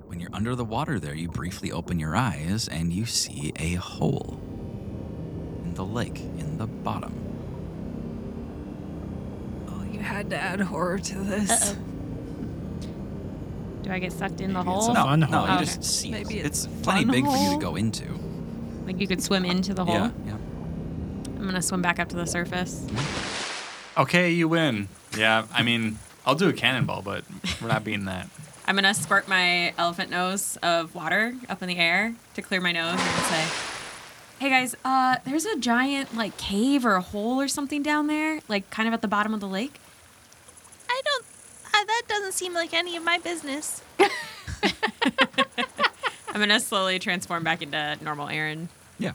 Speaker 1: when you're under the water there, you briefly open your eyes and you see a hole in the lake in the bottom.
Speaker 4: Oh, you had to add horror to this.
Speaker 6: Do I get sucked in the
Speaker 10: Maybe it's
Speaker 6: hole?
Speaker 10: a
Speaker 1: no,
Speaker 10: Oh. fun
Speaker 1: no,
Speaker 10: hole.
Speaker 1: you
Speaker 6: Okay.
Speaker 1: just see.
Speaker 4: Maybe
Speaker 1: it.
Speaker 4: it's
Speaker 1: it's plenty
Speaker 4: fun
Speaker 1: big for you
Speaker 4: hole?
Speaker 1: to go into.
Speaker 6: Like you could swim into the hole?
Speaker 1: Yeah, yeah.
Speaker 6: I'm going to swim back up to the surface.
Speaker 3: Okay, you win. Yeah, I mean, I'll do a cannonball, but we're not beating that.
Speaker 6: I'm gonna squirt my elephant nose of water up in the air to clear my nose and say, "Hey guys, uh, there's a giant like cave or a hole or something down there, like kind of at the bottom of the lake.
Speaker 2: I don't. Uh, that doesn't seem like any of my business.
Speaker 6: I'm gonna slowly transform back into normal Aaron
Speaker 1: Yeah.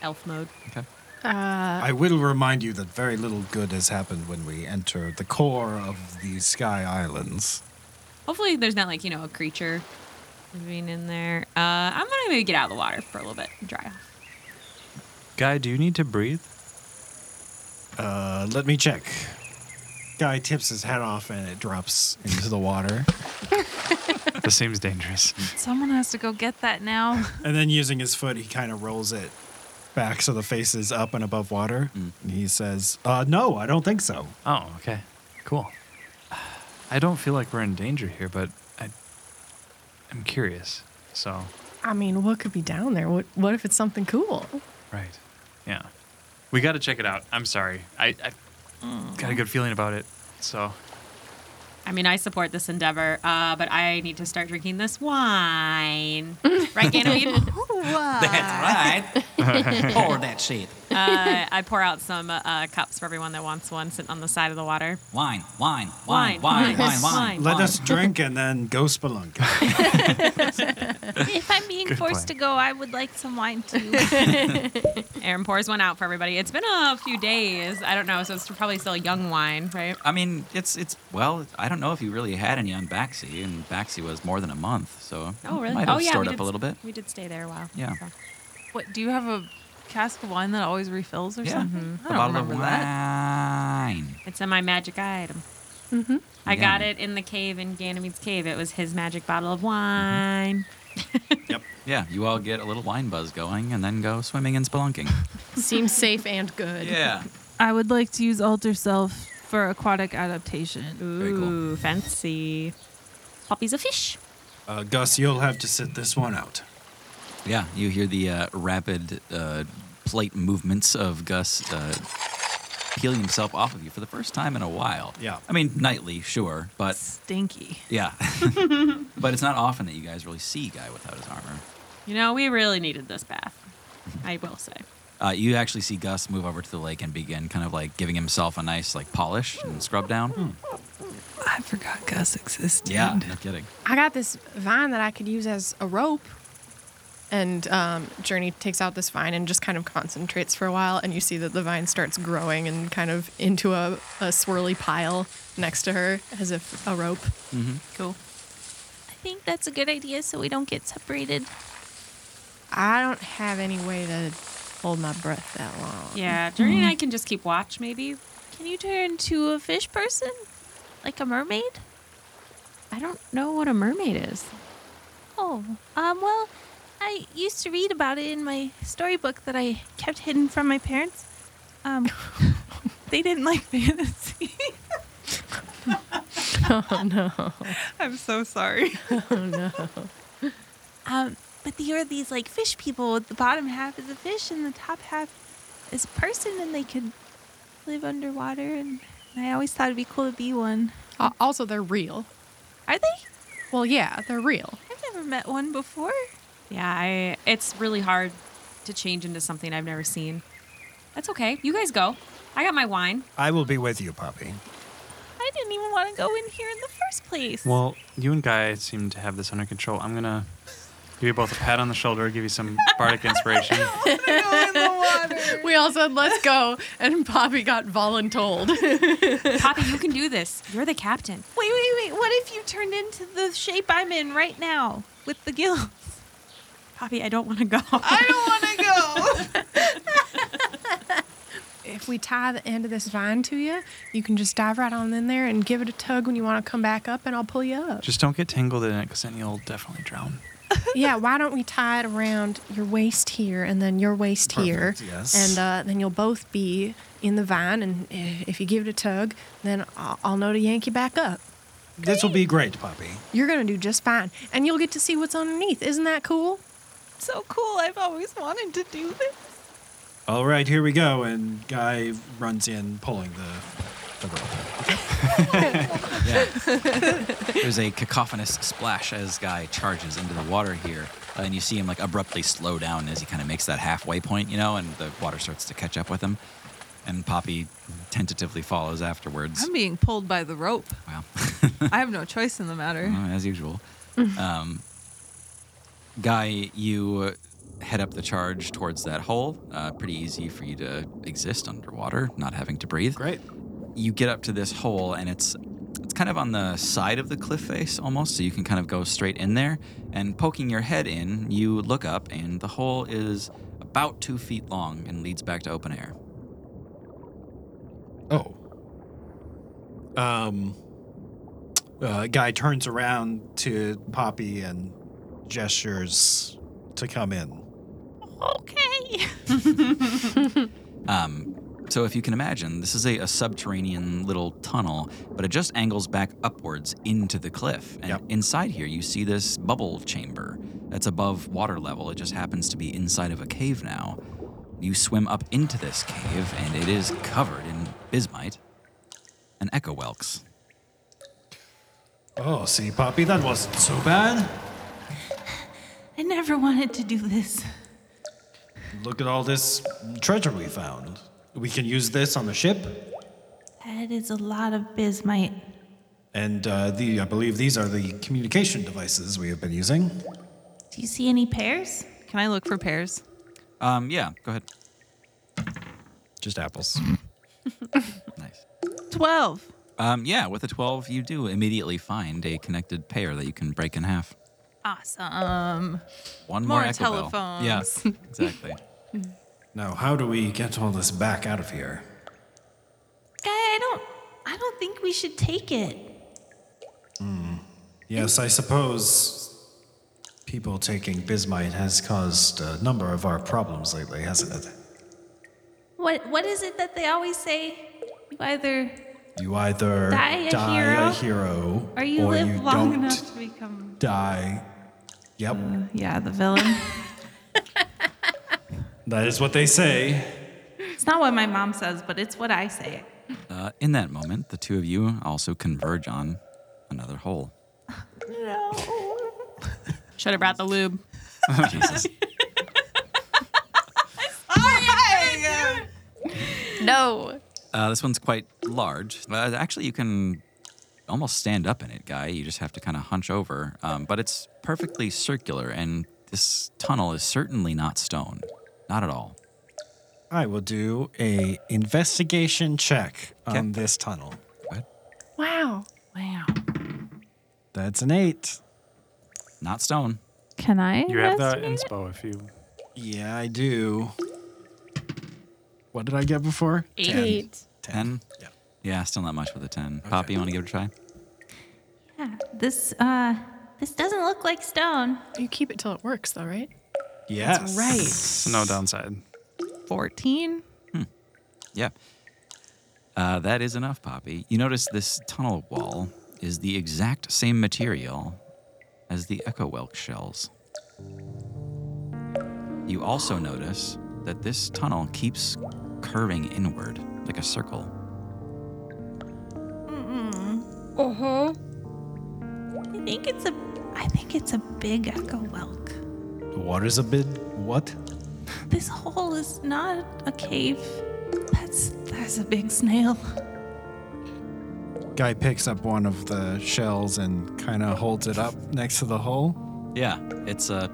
Speaker 6: elf mode.
Speaker 1: Okay.
Speaker 7: Uh,
Speaker 10: I will remind you that very little good has happened when we enter the core of the Sky Islands.
Speaker 6: Hopefully, there's not like you know a creature living in there. Uh, I'm gonna maybe get out of the water for a little bit, and dry off.
Speaker 3: Guy, do you need to breathe?
Speaker 10: Uh, let me check. Guy tips his head off and it drops into the water.
Speaker 3: This seems dangerous.
Speaker 4: Someone has to go get that now.
Speaker 10: And then using his foot, he kind of rolls it back so the face is up and above water. And he says, uh, No, I don't think so.
Speaker 3: Oh, okay. Cool. I don't feel like we're in danger here, but I, I'm curious. So,
Speaker 8: I mean, what could be down there? What what if it's something cool?
Speaker 3: right. Yeah. We got to check it out. I'm sorry. I, I got a good feeling about it. So,
Speaker 6: I mean, I support this endeavor, uh, but I need to start drinking this wine, right, Ganymede?
Speaker 1: That's right. Pour that shit.
Speaker 6: uh, I pour out some uh, uh, cups for everyone that wants one sitting on the side of the water.
Speaker 1: Wine, wine,
Speaker 6: Wine,
Speaker 1: wine, wine,
Speaker 6: wine,
Speaker 1: wine, wine.
Speaker 10: Let us drink and then go spelunking.
Speaker 2: If I'm being
Speaker 3: Good
Speaker 2: forced
Speaker 3: plan.
Speaker 2: to go, I would like some wine too.
Speaker 6: Aaron pours one out for everybody. It's been a few days. I don't know, so it's probably still young wine, right?
Speaker 1: I mean, it's it's well. I don't know if you really had any on Baxi, and Baxi was more than a month, so
Speaker 6: Oh, really?
Speaker 1: Might
Speaker 6: oh,
Speaker 1: have
Speaker 6: yeah.
Speaker 1: stored
Speaker 6: we
Speaker 1: up
Speaker 6: did,
Speaker 1: a little bit.
Speaker 6: We did stay there a while.
Speaker 1: Yeah.
Speaker 6: So.
Speaker 4: what, do you have a cask of wine that always refills or
Speaker 2: Mm-hmm.
Speaker 1: Yeah,
Speaker 4: something? I
Speaker 1: a
Speaker 4: don't
Speaker 1: bottle of
Speaker 4: remember that.
Speaker 1: wine.
Speaker 6: It's in my magic item. Mm-hmm. I got it in the cave in Ganymede's cave. It was his magic bottle
Speaker 1: Mm-hmm.
Speaker 6: of wine.
Speaker 1: Yeah, you all get a little wine buzz going, and then go swimming and spelunking.
Speaker 8: Seems safe and good.
Speaker 1: yeah,
Speaker 2: Mm-hmm.
Speaker 4: I would like to use alter self for aquatic adaptation.
Speaker 1: Very cool.
Speaker 6: Ooh, fancy. Poppy's a fish.
Speaker 10: Uh, Gus, you'll have to sit this one out.
Speaker 1: yeah. You hear the uh, rapid uh, plate movements of Gus uh, peel himself off of you for the first time in a while.
Speaker 5: Yeah.
Speaker 1: I mean, nightly, sure, but
Speaker 11: Stinky.
Speaker 1: yeah. but it's not often that you guys really see Guy without his armor.
Speaker 6: You know, we really needed this bath. I will say.
Speaker 1: Uh, you actually see Gus move over to the lake and begin kind of like giving himself a nice like polish and scrub down.
Speaker 11: I forgot Gus existed.
Speaker 1: Yeah, Hmm. no kidding.
Speaker 7: I got this vine that I could use as a rope. And um, Journey takes out this vine and just kind of concentrates for a while. And you see that the vine starts growing and kind of into a, a swirly pile next to her as if a rope.
Speaker 6: Cool.
Speaker 2: I think that's a good idea so we don't get separated.
Speaker 7: I don't have any way to hold my breath that long.
Speaker 6: Yeah, Journey
Speaker 2: Mm-hmm.
Speaker 6: and I can just keep watch, maybe.
Speaker 2: Can you turn into a fish person? Like a mermaid?
Speaker 6: I don't know what a mermaid is.
Speaker 2: Oh, um, well, I used to read about it in my storybook that I kept hidden from my parents. Um, they didn't like fantasy.
Speaker 7: Oh, no.
Speaker 11: I'm so sorry.
Speaker 7: Oh, no.
Speaker 2: Um, but there are these like fish people with the bottom half is a fish and the top half is a person and they could live underwater and I always thought it'd be cool to be one.
Speaker 7: Al- Uh, also, they're real.
Speaker 2: Are they?
Speaker 7: Well, yeah, they're real.
Speaker 2: I've never met one before.
Speaker 6: Yeah, I, it's really hard to change into something I've never seen. That's okay. You guys go. I got my wine.
Speaker 12: I will be with you, Poppy.
Speaker 2: I didn't even want to go in here in the first place.
Speaker 3: Well, you and Guy seem to have this under control. I'm gonna give you both a pat on the shoulder, give you some bardic inspiration.
Speaker 7: We all said, let's go. And Poppy got voluntold.
Speaker 6: Poppy, you can do this. You're the captain.
Speaker 2: wait, wait, wait. What if you turned into the shape I'm in right now with the gills?
Speaker 6: Poppy, I don't want to go.
Speaker 7: if we tie the end of this vine to you, you can just dive right on in there and give it a tug when you want to come back up, and I'll pull you up.
Speaker 3: Just don't get tangled in it, because then you'll definitely drown.
Speaker 7: yeah, why don't we tie it around your waist here and then your waist here?
Speaker 5: Perfect, yes.
Speaker 7: And uh, then you'll both be in the vine, and i- if you give it a tug, then I'll, I'll know to yank you back up.
Speaker 5: This will be great, Poppy.
Speaker 7: You're going to do just fine, and you'll get to see what's underneath. Isn't that cool?
Speaker 2: So cool. I've always wanted to do this.
Speaker 5: All right, here we go. And Guy runs in, pulling the, the rope.
Speaker 1: Yeah. There's a cacophonous splash as Guy charges into the water here, uh, and you see him like abruptly slow down as he kind of makes that halfway point, you know, and the water starts to catch up with him. And Poppy tentatively follows afterwards.
Speaker 11: I'm being pulled by the rope.
Speaker 1: wow.
Speaker 11: I have no choice in the matter.
Speaker 1: Well, Uh-huh, as usual. um, Guy, you uh, head up the charge towards that hole. Uh, pretty easy for you to exist underwater, not having to breathe.
Speaker 5: Great.
Speaker 1: You get up to this hole, and it's it's kind of on the side of the cliff face almost, so you can kind of go straight in there. And poking your head in, you look up, and the hole is about two feet long and leads back to open air.
Speaker 5: Oh.
Speaker 12: Oh.
Speaker 5: Um. Uh, guy turns around to Poppy and gestures to come in.
Speaker 2: Okay.
Speaker 1: Um, so, if you can imagine, this is a, a subterranean little tunnel, but it just angles back upwards into the cliff. And
Speaker 5: Yep.
Speaker 1: inside here, you see this bubble chamber that's above water level. It just happens to be inside of a cave now. You swim up into this cave, and it is covered in bismite and echo whelks.
Speaker 5: Oh, see, Poppy, that wasn't so bad.
Speaker 2: I never wanted to do this.
Speaker 5: Look at all this treasure we found. We can use this on the ship,
Speaker 2: That is a lot of bismite.
Speaker 5: and uh, the I believe these are the communication devices we have been using.
Speaker 2: Do you see any pears?
Speaker 11: Can I look for pears?
Speaker 1: Um, yeah, go ahead.
Speaker 5: Just apples.
Speaker 1: Nice.
Speaker 11: 12.
Speaker 1: Um, yeah, with a 12, you do immediately find a connected pair that you can break in half.
Speaker 11: Awesome.
Speaker 1: One
Speaker 11: More
Speaker 1: more, echo bell.
Speaker 11: telephones.
Speaker 1: Yeah, exactly.
Speaker 5: Now, how do we get all this back out of here?
Speaker 2: Guy, I don't I don't think we should take it.
Speaker 5: Yes, I suppose people taking bismite has caused a number of our problems lately, hasn't it?
Speaker 2: What what is it that they always say? You either
Speaker 5: You either
Speaker 2: Die a
Speaker 5: hero,
Speaker 2: or you live
Speaker 5: you
Speaker 2: long
Speaker 5: don't
Speaker 2: enough to become
Speaker 5: die. Yep,
Speaker 10: Uh,
Speaker 11: Yeah, the villain.
Speaker 5: that is what they say.
Speaker 4: It's not what my mom says, but it's what I say.
Speaker 1: Uh, in that moment, the two of you also converge on another hole.
Speaker 6: Should have brought the lube.
Speaker 1: Jesus.
Speaker 7: No.
Speaker 1: Uh, this one's quite large. Uh, actually, you can almost stand up in it, guy. You just have to kind of hunch over. Um, but it's perfectly circular, and this tunnel is certainly not stone. Not at all.
Speaker 10: I will do a investigation check on this tunnel.
Speaker 7: Wow.
Speaker 4: Wow.
Speaker 10: That's an eight.
Speaker 1: Not stone.
Speaker 2: Can I?
Speaker 3: You have that
Speaker 2: investigate?
Speaker 3: inspo if you.
Speaker 10: Yeah, I do. What did I get before?
Speaker 6: Eight.
Speaker 1: Ten?
Speaker 10: Yeah.
Speaker 1: Yeah, still not much with a 10. Poppy, you want to give it a try?
Speaker 2: Yeah. This uh, this doesn't look like stone.
Speaker 8: You keep it till it works, though, right?
Speaker 10: Yes.
Speaker 3: It's no downside.
Speaker 4: 14?
Speaker 1: Yeah. Uh, that is enough, Poppy. You notice this tunnel wall is the exact same material as the Echo Whelk shells. You also notice that this tunnel keeps curving inward like a circle.
Speaker 2: I think it's a. I think it's a big echo whelk.
Speaker 10: What is a bid? What?
Speaker 2: This hole is not a cave. That's that's a big snail.
Speaker 10: Guy picks up one of the shells and kind of holds it up next to the hole.
Speaker 1: Yeah, it's uh,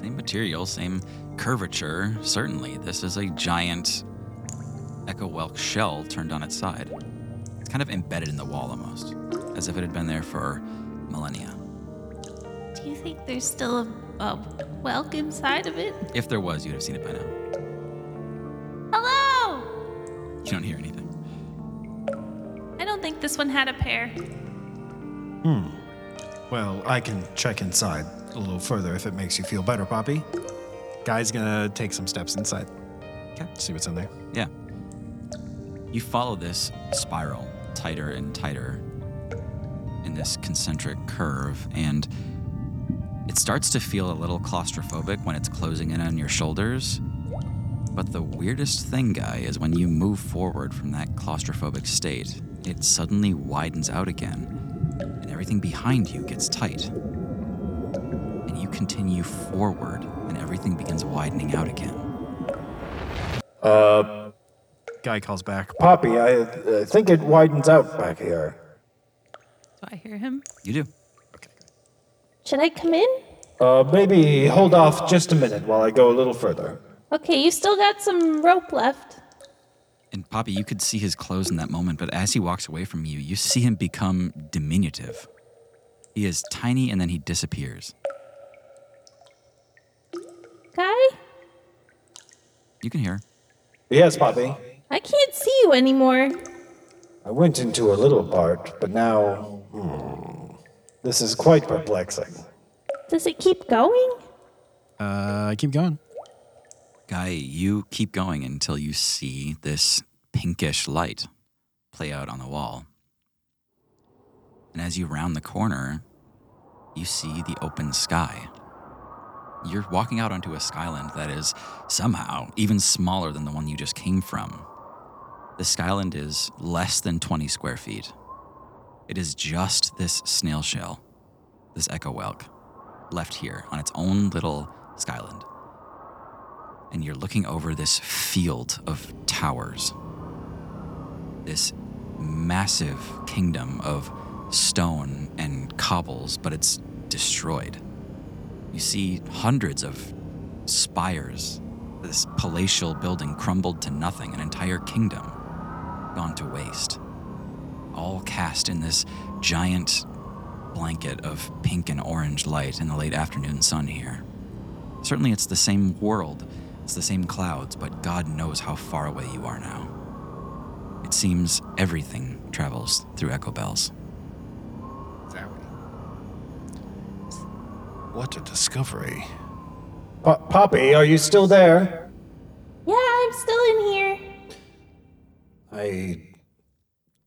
Speaker 1: same material, same curvature. Certainly, this is a giant Echo Welk shell turned on its side. It's kind of embedded in the wall almost, as if it had been there for millennia.
Speaker 2: Do you think there's still a, a whelk inside of it?
Speaker 1: If there was, you'd have seen it by now.
Speaker 2: Hello.
Speaker 1: You don't hear anything.
Speaker 2: I don't think this one had a pair.
Speaker 10: Well, I can check inside a little further if it makes you feel better, Poppy. Guy's gonna take some steps inside.
Speaker 1: Okay.
Speaker 10: See what's in there.
Speaker 1: Yeah. You follow this spiral tighter and tighter in this concentric curve, and it starts to feel a little claustrophobic when it's closing in on your shoulders. But the weirdest thing, guy, is when you move forward from that claustrophobic state, it suddenly widens out again, and everything behind you gets tight. And you continue forward, and everything begins widening out again.
Speaker 10: Guy calls back.
Speaker 13: Poppy, I uh, think it widens out back here.
Speaker 4: Do I hear him?
Speaker 1: You do.
Speaker 2: Should I come in?
Speaker 13: Uh, maybe hold off just a minute while I go a little further.
Speaker 2: Okay, you still got some rope left.
Speaker 1: And Poppy, you could see his clothes in that moment, but as he walks away from you, you see him become diminutive. He is tiny and then he disappears.
Speaker 2: Guy,
Speaker 1: You can hear. her.
Speaker 13: Yes, Poppy.
Speaker 2: I can't see you anymore.
Speaker 13: I went into a little part, but now. hmm, this is quite perplexing.
Speaker 2: Does it keep going?
Speaker 10: Uh, keep going.
Speaker 1: Guy, you keep going until you see this pinkish light play out on the wall. And as you round the corner, you see the open sky. You're walking out onto a skyland that is somehow even smaller than the one you just came from. The skyland is less than 20 square feet. It is just this snail shell, this echo whelk, left here on its own little skyland and you're looking over this field of towers. This massive kingdom of stone and cobbles, but it's destroyed. You see hundreds of spires, this palatial building crumbled to nothing, an entire kingdom gone to waste. All cast in this giant blanket of pink and orange light in the late afternoon sun here. Certainly, it's the same world, it's the same clouds, but God knows how far away you are now. It seems everything travels through echo bells.
Speaker 9: What a discovery.
Speaker 13: Po- Poppy, are you still there?
Speaker 2: Yeah, I'm still in here.
Speaker 13: I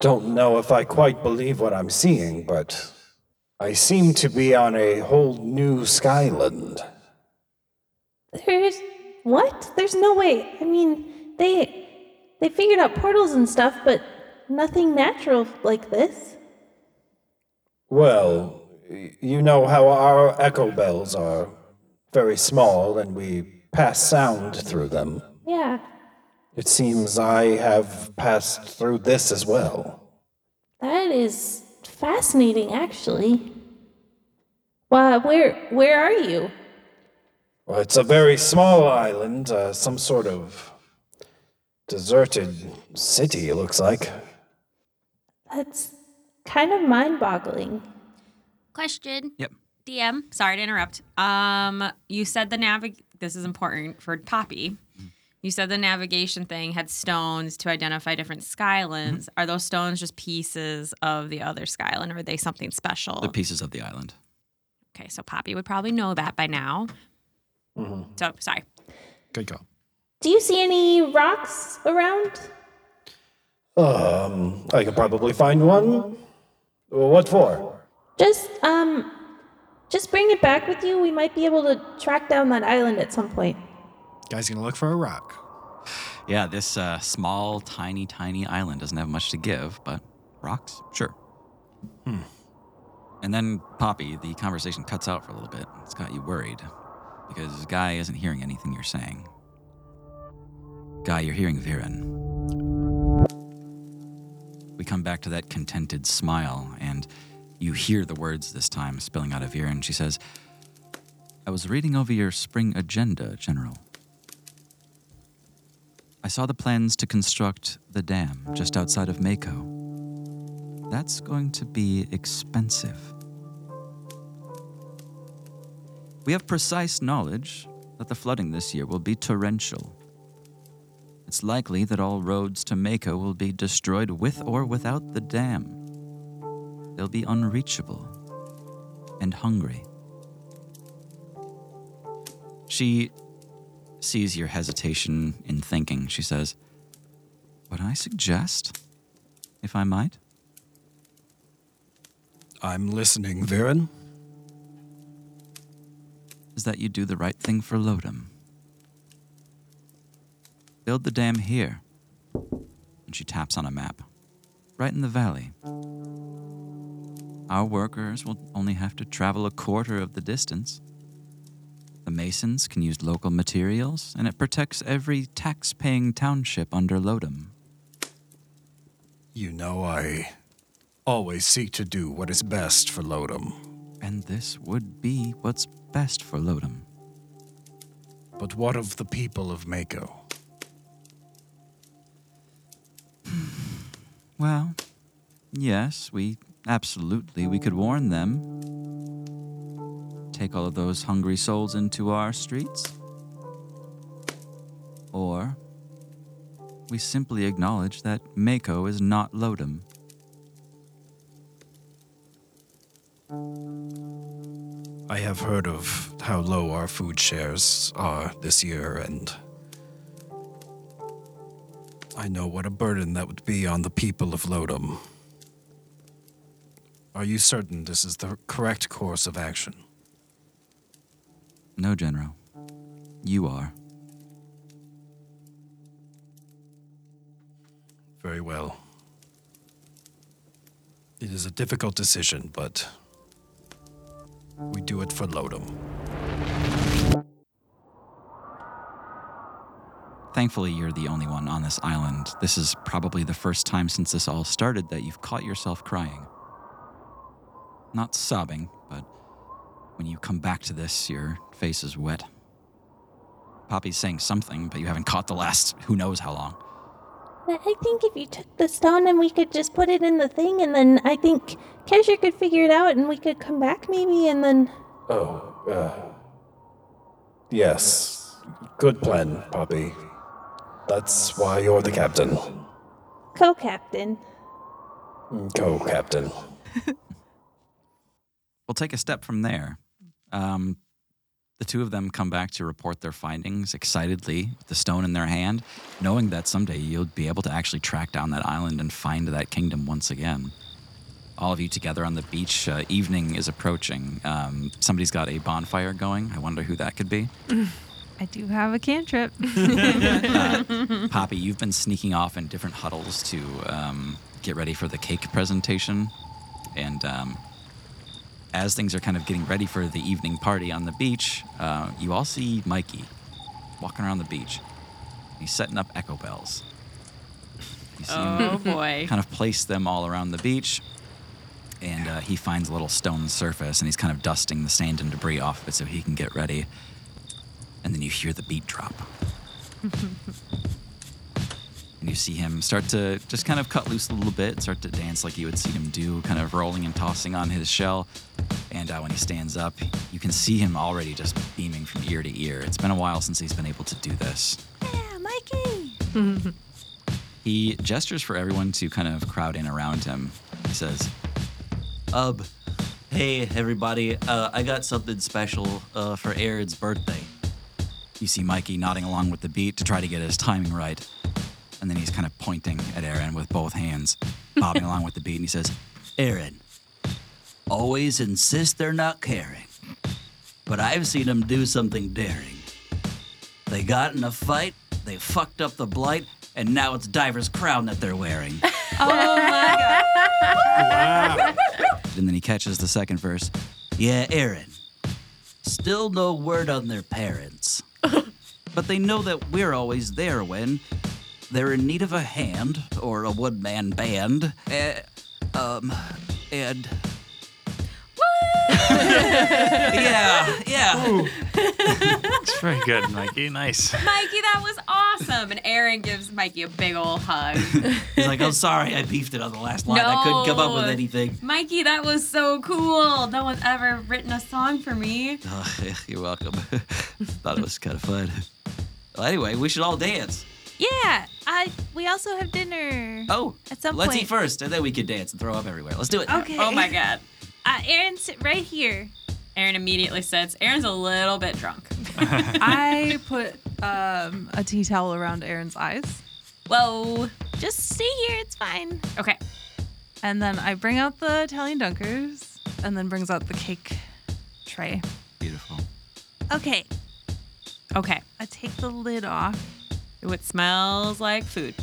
Speaker 13: don't know if I quite believe what I'm seeing, but I seem to be on a whole new skyland.
Speaker 2: There's what? There's no way. I mean, they
Speaker 14: They figured out portals and stuff, but nothing natural like this.
Speaker 13: Well, y- you know how our echo bells are very small and we pass sound through them.
Speaker 14: Yeah,
Speaker 13: It seems I have passed through this as well.
Speaker 14: that is fascinating, actually. Wow, where where are you?
Speaker 13: Well, it's a very small island, uh, some sort of deserted city, it looks like.
Speaker 14: That's kind of mind-boggling.
Speaker 6: Question.
Speaker 1: Yep.
Speaker 6: DM, sorry to interrupt. Um, you said the navig. This is important for Poppy. You said the navigation thing had stones to identify different skylands. Are those stones just pieces of the other skyland, or are they something special?
Speaker 1: The pieces of the island.
Speaker 6: okay, so Poppy would probably know that by now. So sorry.
Speaker 5: Good call.
Speaker 14: Do you see any rocks around?
Speaker 13: Um, I could probably find one. Well, what for?
Speaker 14: Just um, just bring it back with you. We might be able to track down that island at some point.
Speaker 5: Guy's gonna look for a rock.
Speaker 1: Yeah, this uh, small, tiny, tiny island doesn't have much to give, but rocks, sure.
Speaker 5: Hmm.
Speaker 1: And then Poppy, the conversation cuts out for a little bit. It's got you worried because Guy isn't hearing anything you're saying. Guy, you're hearing Viren. We come back to that contented smile, and you hear the words this time spilling out of Viren. She says, I was reading over your spring agenda, General. I saw the plans to construct the dam just outside of Mako. That's going to be expensive. We have precise knowledge that the flooding this year will be torrential. It's likely that all roads to Mako will be destroyed with or without the dam. They'll be unreachable and hungry. She sees your hesitation in thinking. She says, Would I suggest, if I might?
Speaker 5: I'm listening, Viren.
Speaker 1: is that you do the right thing for Lodom. Build the dam here. And she taps on a map, right in the valley. Our workers will only have to travel a quarter of the distance. The masons can use local materials, and it protects every tax paying township under Lodom.
Speaker 9: You know, I always seek to do what is best for Lodom.
Speaker 1: And this would be what's best for Lodom.
Speaker 9: But what of the people of Mako?
Speaker 1: Well, yes, we absolutely we could warn them. Take all of those hungry souls into our streets. Or we simply acknowledge that Mako is not Lodom.
Speaker 5: I have heard of how low our food shares are this year, and I know what a burden that would be on the people of Lodom. Are you certain this is the correct course of action?
Speaker 1: No, General. You are.
Speaker 5: Very well. It is a difficult decision, but we do it for Lodom.
Speaker 1: Thankfully, you're the only one on this island. This is probably the first time since this all started that you've caught yourself crying. Not sobbing, but when you come back to this, your face is wet. Poppy's saying something, but you haven't caught the last who knows how long.
Speaker 14: I I think if you took the stone and we could just put it in the thing, and then I think Kesher could figure it out, and we could come back maybe, and then
Speaker 13: Oh, uh, yes. Good plan, Poppy. That's why you're the captain,
Speaker 14: co-captain.
Speaker 13: co captain.
Speaker 1: We'll take a step from there. Um, the two of them come back to report their findings excitedly, with the stone in their hand, knowing that someday you'll be able to actually track down that island and find that kingdom once again. All of you together on the beach, uh, evening is approaching. Um, somebody's got a bonfire going. I wonder who that could be.
Speaker 4: I
Speaker 15: I do have a cantrip.
Speaker 1: Poppy, you've been sneaking off in different huddles to um, get ready for the cake presentation. And um, as things are kind of getting ready for the evening party on the beach, uh, you all see Mikey walking around the beach. He's setting up echo bells. You see him
Speaker 6: Oh, boy.
Speaker 1: Kind of place them all around the beach. And uh, he finds a little stone surface and he's kind of dusting the sand and debris off of it so he can get ready. And then you hear the beat drop. And you see him start to just kind of cut loose a little bit, start to dance like you would see him do, kind of rolling and tossing on his shell. And uh, when he stands up, you can see him already just beaming from ear to ear. It's been a while since he's been able to do this.
Speaker 16: Yeah, Mikey.
Speaker 1: He gestures for everyone to kind of crowd in around him. He says, Ub, hey everybody, uh, I got something special uh, for Aaron's birthday. You see Mikey nodding along with the beat to try to get his timing right. And then he's kind of pointing at Aaron with both hands, bobbing along with the beat, and he says, Aaron, always insist they're not caring. But I've seen them do something daring. They got in a fight, they fucked up the blight, and now it's Diver's crown that they're wearing.
Speaker 6: Oh my
Speaker 1: And then he catches the second verse. Yeah, Aaron. Still no word on their parents. but they know that we're always there when they're in need of a hand or a one man band. Eh, um, and. yeah, yeah.
Speaker 3: It's very good, Mikey. Nice.
Speaker 6: Mikey, that was awesome. And Aaron gives Mikey a big old hug.
Speaker 1: He's like, I'm sorry, I beefed it on the last line. I couldn't come up with
Speaker 6: No.
Speaker 1: anything.
Speaker 6: Mikey, that was so cool. No one's ever written a song for me.
Speaker 1: Oh, you're welcome. Thought it was kind of fun. Well, anyway, we should all dance.
Speaker 2: Yeah, I. We also have dinner.
Speaker 1: Oh,
Speaker 2: At some
Speaker 1: let's
Speaker 2: point.
Speaker 1: eat first, and then we can dance and throw up everywhere. Let's do it.
Speaker 2: Okay.
Speaker 6: Oh my god.
Speaker 2: Uh, Aaron, sit right here.
Speaker 6: Aaron immediately sits. Aaron's a little bit drunk.
Speaker 15: I put um, a tea towel around Aaron's eyes,
Speaker 6: Whoa.
Speaker 2: Just stay here. It's fine.
Speaker 6: Okay.
Speaker 15: and then I bring out the Italian dunkers, and then brings out the cake tray.
Speaker 1: Beautiful.
Speaker 2: Okay.
Speaker 6: Okay.
Speaker 2: I take the lid off.
Speaker 6: Ooh, it smells like food.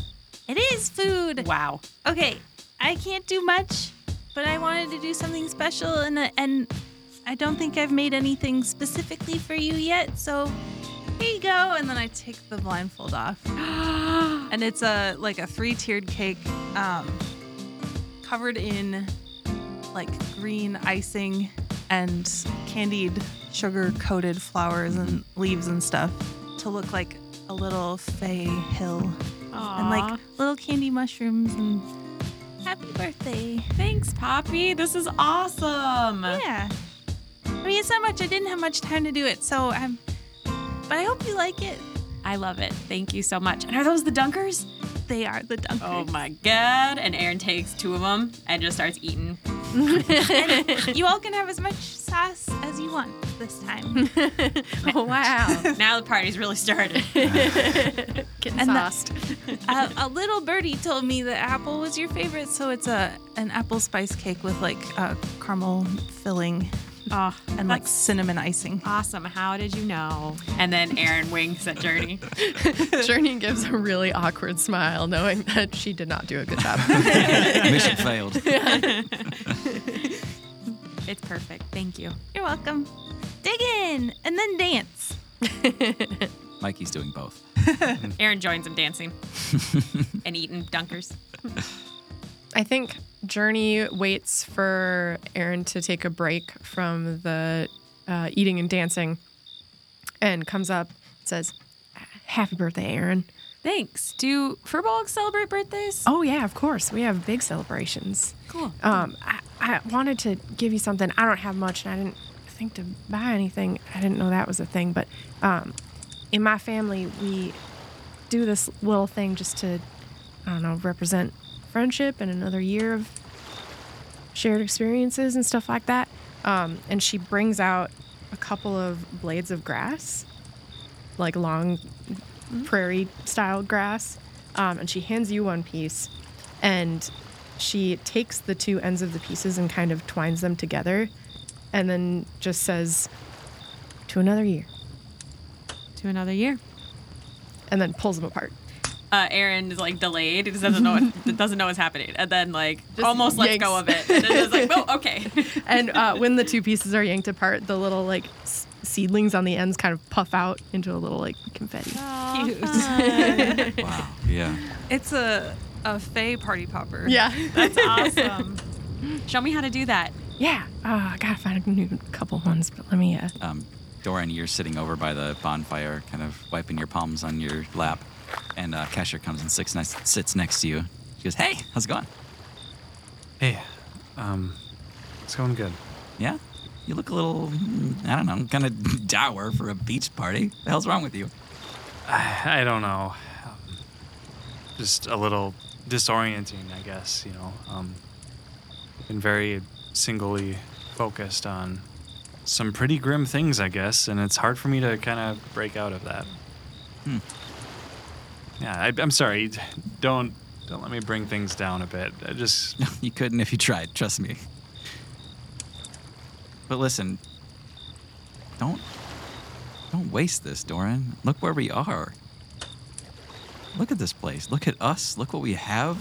Speaker 2: It is food.
Speaker 6: Wow.
Speaker 2: Okay, I can't do much, but I wanted to do something special, and and I don't think I've made anything specifically for you yet. So here you go.
Speaker 15: And then I take the blindfold off, and it's a like a three-tiered cake, um, covered in like green icing and candied sugar-coated flowers and leaves and stuff to look like a little fey hill and like little candy mushrooms and
Speaker 2: Happy birthday.
Speaker 6: Thanks, Poppy. This is awesome.
Speaker 2: Yeah. I mean, it's not much. I didn't have much time to do it, so um. But I hope you like it.
Speaker 6: I love it. Thank you so much. And are those the dunkers?
Speaker 2: They are the dunkers.
Speaker 6: Oh my god. And Aaron takes two of them and just starts eating.
Speaker 2: You all can have as much sauce as you want this time.
Speaker 17: oh, wow.
Speaker 6: now the party's really started.
Speaker 17: Getting
Speaker 2: And the-
Speaker 17: sauced.
Speaker 2: a, a little birdie told me that apple was your favorite, so it's a an apple spice cake with like a caramel filling
Speaker 6: Oh,
Speaker 2: and like cinnamon icing.
Speaker 6: awesome. How did you know? And then Aaron winks at Journey.
Speaker 17: Journey gives a really awkward smile, knowing that she did not do a good job.
Speaker 1: Mission failed.
Speaker 6: It's perfect. Thank you.
Speaker 2: You're welcome. Dig in and then dance.
Speaker 1: Mikey's doing both.
Speaker 6: Aaron joins him dancing and eating dunkers.
Speaker 7: I think Journey waits for Aaron to take a break from the uh, eating and dancing and comes up and says, Happy birthday, Aaron.
Speaker 6: Thanks. Do Furbolgs celebrate birthdays?
Speaker 7: Oh, yeah, of course. We have big celebrations.
Speaker 6: cool.
Speaker 7: Um, I, I wanted to give you something. I don't have much, and I didn't think to buy anything. I didn't know that was a thing, but um, in my family, we do this little thing just to, I don't know, represent friendship and another year of shared experiences and stuff like that. Um, and she brings out a couple of blades of grass, like long prairie style grass, um, and she hands you one piece. And she takes the two ends of the pieces and kind of twines them together and then just says, To another year.
Speaker 6: to another year.
Speaker 7: and then pulls them apart.
Speaker 6: Uh, Aaron is like delayed. He just doesn't know what, doesn't know what's happening, and then like almost lets
Speaker 7: yanks.
Speaker 6: go of it, and then it's like, oh, okay.
Speaker 7: And uh, when the two pieces are yanked apart, the little like s- seedlings on the ends kind of puff out into a little like confetti.
Speaker 6: Cute.
Speaker 1: Wow. Yeah.
Speaker 2: It's a a Fey party popper.
Speaker 7: Yeah.
Speaker 2: that's awesome.
Speaker 6: Show me how to do that.
Speaker 7: Yeah. Uh, I gotta find a new couple ones, but let me. Uh,
Speaker 1: Um, Doran, you're sitting over by the bonfire, kind of wiping your palms on your lap, and uh, Kesher comes and sits next, sits next to you. She goes, "Hey, how's it going?
Speaker 3: Hey, um, it's going good.
Speaker 1: Yeah, you look a little, mm, I don't know, kind of dour for a beach party. What the hell's wrong with you?"
Speaker 3: I, I don't know. Um, just a little disorienting, I guess, you know. Um, been very singly focused on some pretty grim things, I guess, and it's hard for me to kind of break out of that.
Speaker 1: Hmm.
Speaker 3: Yeah, I, I'm sorry. Don't don't let me bring things down a bit. I just
Speaker 1: you couldn't if you tried. Trust me. But listen, don't don't waste this, Doran. Look where we are. Look at this place. Look at us. Look what we have.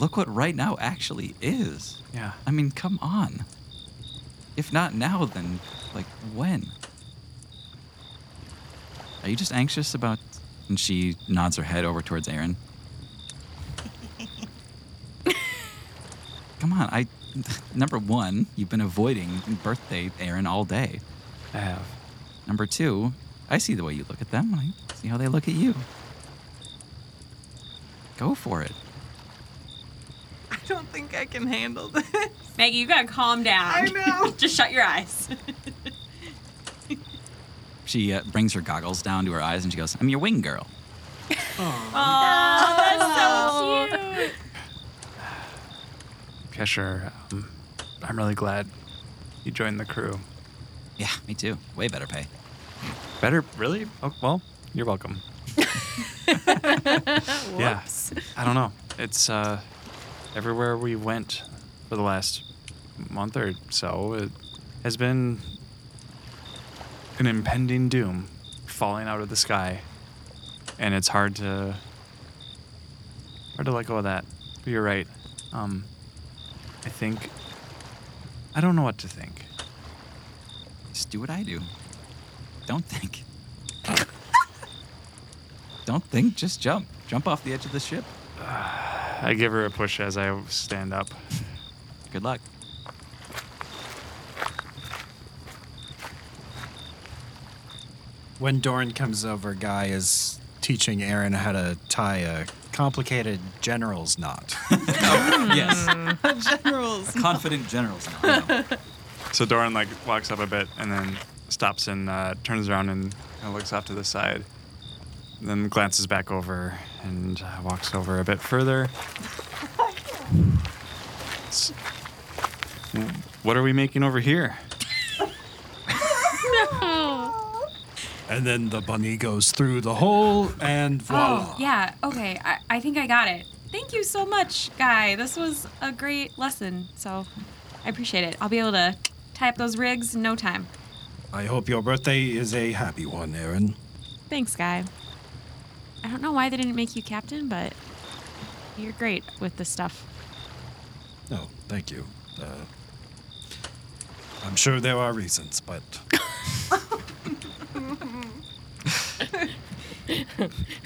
Speaker 1: Look what right now actually is.
Speaker 3: Yeah.
Speaker 1: I mean, come on. If not now, then like when? Are you just anxious about? And she nods her head over towards Aaron. Come on, I. Number one, you've been avoiding birthday Aaron all day.
Speaker 3: I have.
Speaker 1: Number two, I see the way you look at them. and I see how they look at you. Go for it.
Speaker 2: I don't think I can handle this.
Speaker 6: Maggie, you gotta calm down.
Speaker 2: I know.
Speaker 6: just shut your eyes.
Speaker 1: She uh, brings her goggles down to her eyes and she goes, "I'm your wing girl."
Speaker 6: Oh, that's so cute.
Speaker 3: Kesher, um, I'm really glad you joined the crew.
Speaker 1: Yeah, me too. Way better pay.
Speaker 3: Better, really? Oh, well, you're welcome. yeah, I don't know. It's uh, everywhere we went for the last month or so, it has been an impending doom falling out of the sky, and it's hard to hard to let go of that. But You're right. Um, I think I don't know what to think.
Speaker 1: Just do what I do. Don't think. Don't think. Just jump. Jump off the edge of the ship.
Speaker 3: I give her a push as I stand up.
Speaker 1: Good luck.
Speaker 14: When Doran comes over, Guy is teaching Aaron how to tie a complicated general's knot.
Speaker 1: yes.
Speaker 2: Generals.
Speaker 1: Confident generals. Now, I know.
Speaker 3: So Doran like walks up a bit and then stops and uh, turns around and kind of looks off to the side. Then glances back over and uh, walks over a bit further. S- What are we making over here?
Speaker 5: And then the bunny goes through the hole and voila.
Speaker 6: Oh, yeah. Okay. I, I think I got it. Thank you so much, Guy. This was a great lesson. So I appreciate it. I'll be able to tie up those rigs in no time.
Speaker 5: I hope your birthday is a happy one, Aaron.
Speaker 6: Thanks, Guy. I don't know why they didn't make you captain, but you're great with this stuff.
Speaker 5: No, Oh, thank you. Uh, I'm sure there are reasons, but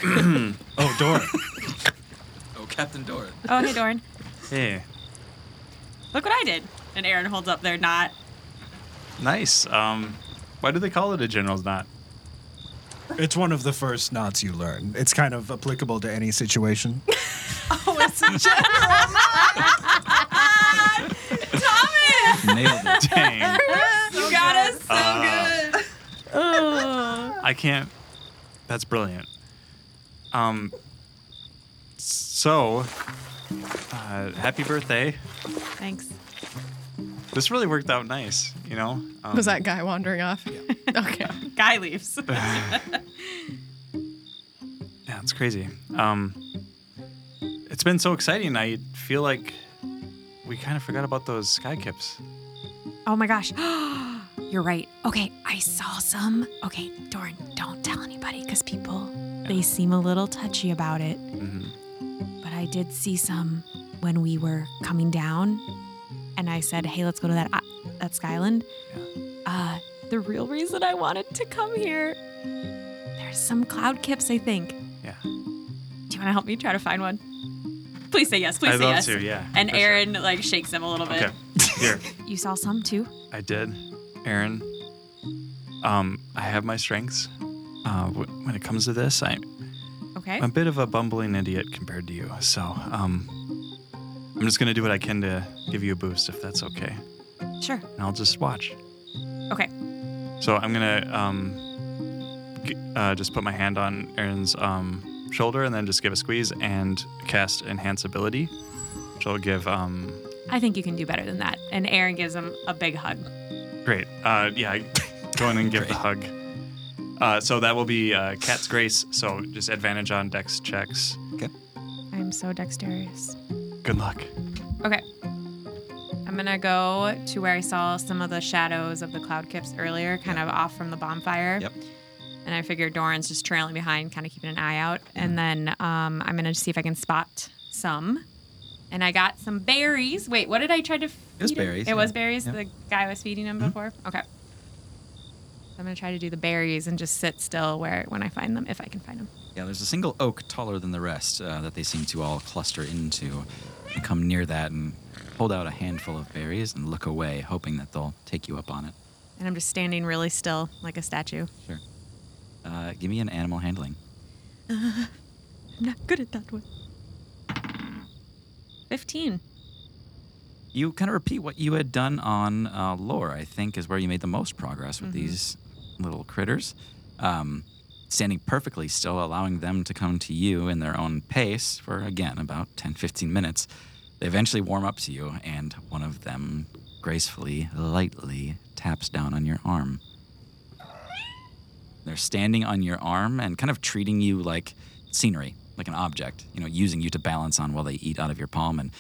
Speaker 5: oh, Doran.
Speaker 1: Oh, Captain Doran.
Speaker 6: Oh, hey, Dorn.
Speaker 3: Hey,
Speaker 6: Look what I did. And Aaron holds up their knot.
Speaker 3: nice. Um, why do they call it a general's knot?
Speaker 5: It's one of the first knots you learn. It's kind of applicable to any situation.
Speaker 6: Thomas!
Speaker 1: Nailed it.
Speaker 3: Dang,
Speaker 6: you got us so
Speaker 3: Uh.
Speaker 6: good.
Speaker 3: I can't. That's brilliant. Um. So, uh, happy birthday.
Speaker 6: Thanks.
Speaker 3: This really worked out nice, you know. Um,
Speaker 7: was that guy wandering off? Okay.
Speaker 6: Guy leaves.
Speaker 3: Yeah, it's crazy. Um, it's been so exciting. I feel like we kind of forgot about those sky kips.
Speaker 6: Oh my gosh. You're right. Okay, I saw some. Okay, Doran, don't tell anybody because people, they seem a little touchy about it.
Speaker 3: Mm-hmm.
Speaker 6: But I did see some when we were coming down, and I said, "Hey, let's go to that i that Skyland." Uh, the real reason I wanted to come here, there's some cloud kips, I think.
Speaker 3: Yeah.
Speaker 6: Do you want to help me try to find one? Please say yes. Please
Speaker 3: I'd
Speaker 6: say
Speaker 3: love
Speaker 6: yes.
Speaker 3: to, yeah,
Speaker 6: And
Speaker 3: for sure.
Speaker 6: Aaron like shakes him a little bit.
Speaker 3: Okay. Here.
Speaker 6: You saw some too.
Speaker 3: I did, Aaron. Um, I have my strengths. Uh, wh- when it comes to this, I,
Speaker 6: Okay.
Speaker 3: I'm a bit of a bumbling idiot compared to you. So, um, I'm just gonna do what I can to give you a boost, if that's okay.
Speaker 6: Sure.
Speaker 3: And I'll just watch.
Speaker 6: Okay.
Speaker 3: So I'm gonna um, g- uh, just put my hand on Aaron's um, shoulder and then just give a squeeze and cast Enhance Ability, which will give um,
Speaker 6: I think you can do better than that. And Aaron gives him a big hug.
Speaker 3: Great. Uh, yeah, I- go in and give the hug. Uh, so that will be uh, Cat's Grace. So just advantage on dex checks.
Speaker 1: Okay.
Speaker 6: I'm so dexterous.
Speaker 3: Good luck.
Speaker 6: Okay. I'm gonna go to where I saw some of the shadows of the cloud kips earlier, kind of off from the bonfire.
Speaker 1: Yep.
Speaker 6: And I figure Doran's just trailing behind, kind of keeping an eye out. And then um, I'm gonna see if I can spot some. And I got some berries. Wait, what did I try to? Feed
Speaker 1: was
Speaker 6: him?
Speaker 1: berries,
Speaker 6: It was
Speaker 1: yeah. Mm-hmm.
Speaker 6: berries.
Speaker 1: Yeah.
Speaker 6: The guy was feeding him before. Okay. I'm gonna try to do the berries and just sit still where when I find them, if I can find them.
Speaker 1: Yeah, there's a single oak taller than the rest uh, that they seem to all cluster into. I come near that and hold out a handful of berries and look away, hoping that they'll take you up on it.
Speaker 6: And I'm just standing really still, like a statue.
Speaker 1: Sure. Uh, give me an animal handling.
Speaker 6: Uh, not good at that one. 15.
Speaker 1: You kind of repeat what you had done on uh, lore, I think, is where you made the most progress with
Speaker 6: Mhm.
Speaker 1: these little critters. Um, standing perfectly still, allowing them to come to you in their own pace for, again, about 10, 15 minutes. They eventually warm up to you, and one of them gracefully, lightly taps down on your arm. They're standing on your arm and kind of treating you like scenery, like an object, you know, using you to balance on while they eat out of your palm. And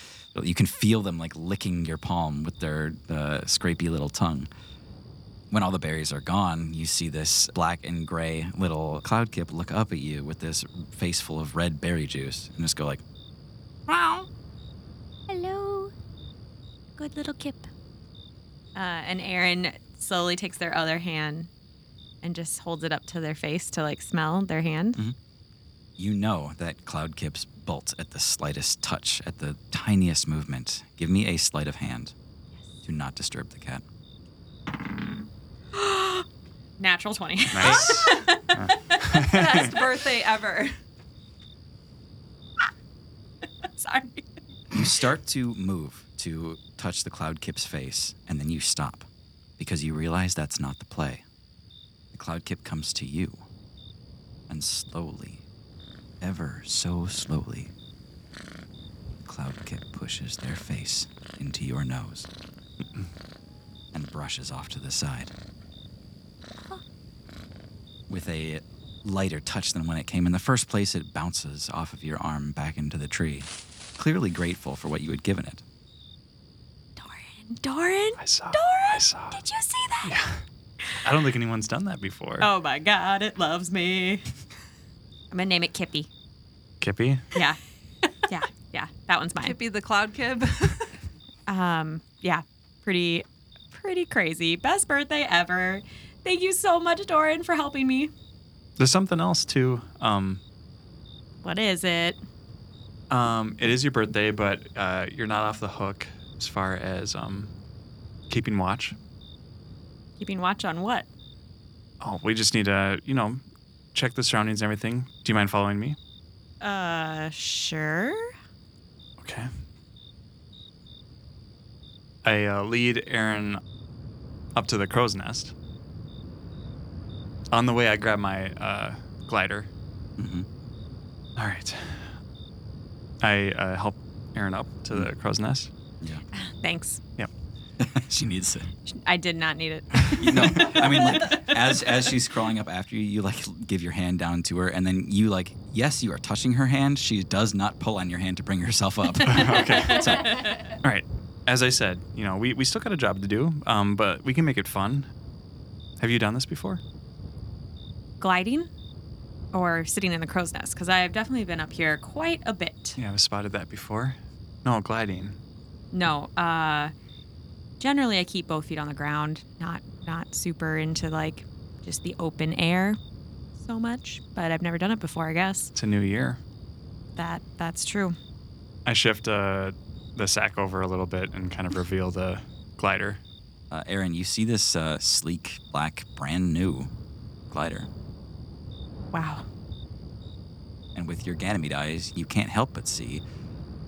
Speaker 1: you can feel them like licking your palm with their uh, scrapey little tongue. When all the berries are gone, you see this black and gray little cloud kip look up at you with this face full of red berry juice and just go like,
Speaker 2: Wow. Hello. Good little kip.
Speaker 6: Uh, and Aaron slowly takes their other hand and just holds it up to their face to like smell their hand.
Speaker 3: Mm-hmm.
Speaker 1: You know that cloud kips bolt at the slightest touch, at the tiniest movement. Give me a sleight of hand. Do not disturb the cat.
Speaker 6: Natural 20.
Speaker 1: Nice.
Speaker 6: Best birthday ever. Sorry.
Speaker 1: You start to move to touch the cloud kip's face, and then you stop because you realize that's not the play. The cloud kip comes to you, and slowly, ever so slowly, the cloud kip pushes their face into your nose and brushes off to the side with a lighter touch than when it came in the first place. It bounces off of your arm back into the tree, clearly grateful for what you had given it.
Speaker 6: Doran?
Speaker 3: I saw.
Speaker 6: Doran?
Speaker 3: I saw.
Speaker 6: Did you see that?
Speaker 3: I don't think anyone's done that before.
Speaker 6: Oh my god, it loves me. I'm gonna name it Kippy.
Speaker 3: Kippy?
Speaker 6: Yeah. Yeah. Yeah. That one's mine.
Speaker 4: Kippy the Cloud Kib.
Speaker 6: Um, yeah. Pretty pretty crazy. Best birthday ever. Thank you so much, Doran, for helping me.
Speaker 3: There's something else too. Um,
Speaker 6: What is it?
Speaker 3: um, it is your birthday, but uh, you're not off the hook as far as um, keeping watch.
Speaker 6: Keeping watch on what?
Speaker 3: Oh, we just need to, you know, check the surroundings and everything. Do you mind following me?
Speaker 6: Uh sure.
Speaker 3: Okay. I uh, lead Aaron up to the crow's nest. On the way, I grab my uh, glider.
Speaker 1: Mhm.
Speaker 3: All right. I uh, help Aaron up to the crow's nest.
Speaker 6: Thanks.
Speaker 3: Yep.
Speaker 1: she needs it.
Speaker 6: I did not need it.
Speaker 1: You know, I mean, like, as as she's crawling up after you, you like give your hand down to her, and then you like, yes, you are touching her hand. She does not pull on your hand to bring herself up.
Speaker 3: okay. So, all right. As I said, you know, we, we still got a job to do, um, but we can make it fun. Have you done this before?
Speaker 6: gliding or sitting in the crow's nest because I've definitely been up here quite a bit.
Speaker 3: Yeah, I've spotted that before. No, gliding.
Speaker 6: No, uh, generally I keep both feet on the ground. Not not super into like just the open air so much, but I've never done it before. I guess
Speaker 3: It's a new year.
Speaker 6: that that's true.
Speaker 3: I shift uh, the sack over a little bit and kind of reveal the glider.
Speaker 1: Uh, Aaron, you see this uh, sleek, black, brand new glider.
Speaker 6: Wow.
Speaker 1: And with your Ganymede eyes, you can't help but see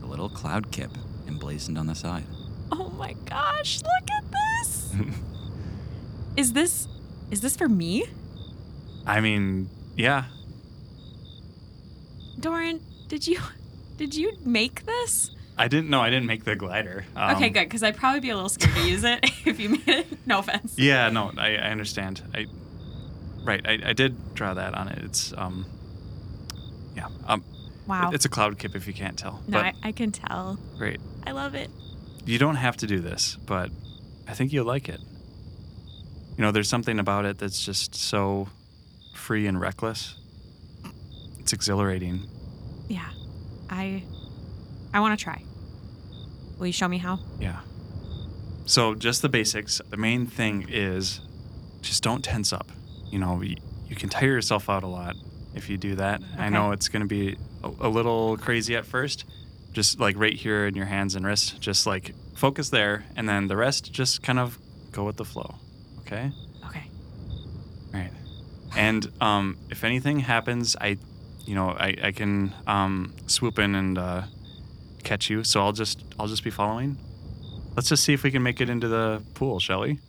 Speaker 1: the little cloud kip emblazoned on the side.
Speaker 6: Oh my gosh! Look at this. is this is this for me,
Speaker 3: I mean, yeah.
Speaker 6: Doran? Did you did you make this?
Speaker 3: I didn't know I didn't make the glider. Um,
Speaker 6: okay, good because I'd probably be a little scared to use it if you made it. No offense.
Speaker 3: Yeah, no, I, I understand. I right, I, I did draw that on it. It's um, yeah, um,
Speaker 6: Wow.
Speaker 3: it- it's a cloud kip if you can't tell.
Speaker 6: No,
Speaker 3: but
Speaker 6: I, I can tell.
Speaker 3: great.
Speaker 6: I love it.
Speaker 3: You don't have to do this, but I think you'll like it. You know, there's something about it that's just so free and reckless. It's exhilarating.
Speaker 6: Yeah. I I want to try. Will you show me how?
Speaker 3: Yeah. So just the basics. The main thing is just don't tense up. You know, y- you can tire yourself out a lot if you do that. I know it's going to be a, a little crazy at first. Just like right here in your hands and wrists, just like focus there and then the rest just kind of go with the flow. Okay?
Speaker 6: Okay.
Speaker 3: All right. And um, if anything happens, I, you know, I, I can um, swoop in and uh, catch you. So I'll just I'll just be following. Let's just see if we can make it into the pool, shall we?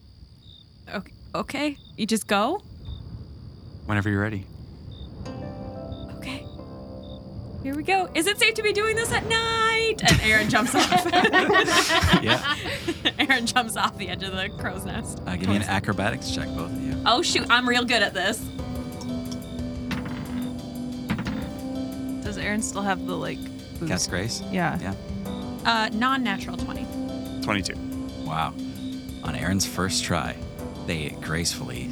Speaker 6: Okay. Okay. You just go?
Speaker 3: Whenever you're ready.
Speaker 6: Okay. Here we go. Is it safe to be doing this at night? And Aaron jumps off.
Speaker 1: Yeah.
Speaker 6: Aaron jumps off the edge of the crow's nest.
Speaker 1: Uh, give me an acrobatics check, both of you.
Speaker 6: Oh shoot, I'm real good at this.
Speaker 4: Does Aaron still have the like? boost?
Speaker 1: Cast Grace?
Speaker 4: Yeah.
Speaker 1: Yeah.
Speaker 6: Uh non-natural 20.
Speaker 3: 22.
Speaker 1: Wow. On Aaron's first try, they gracefully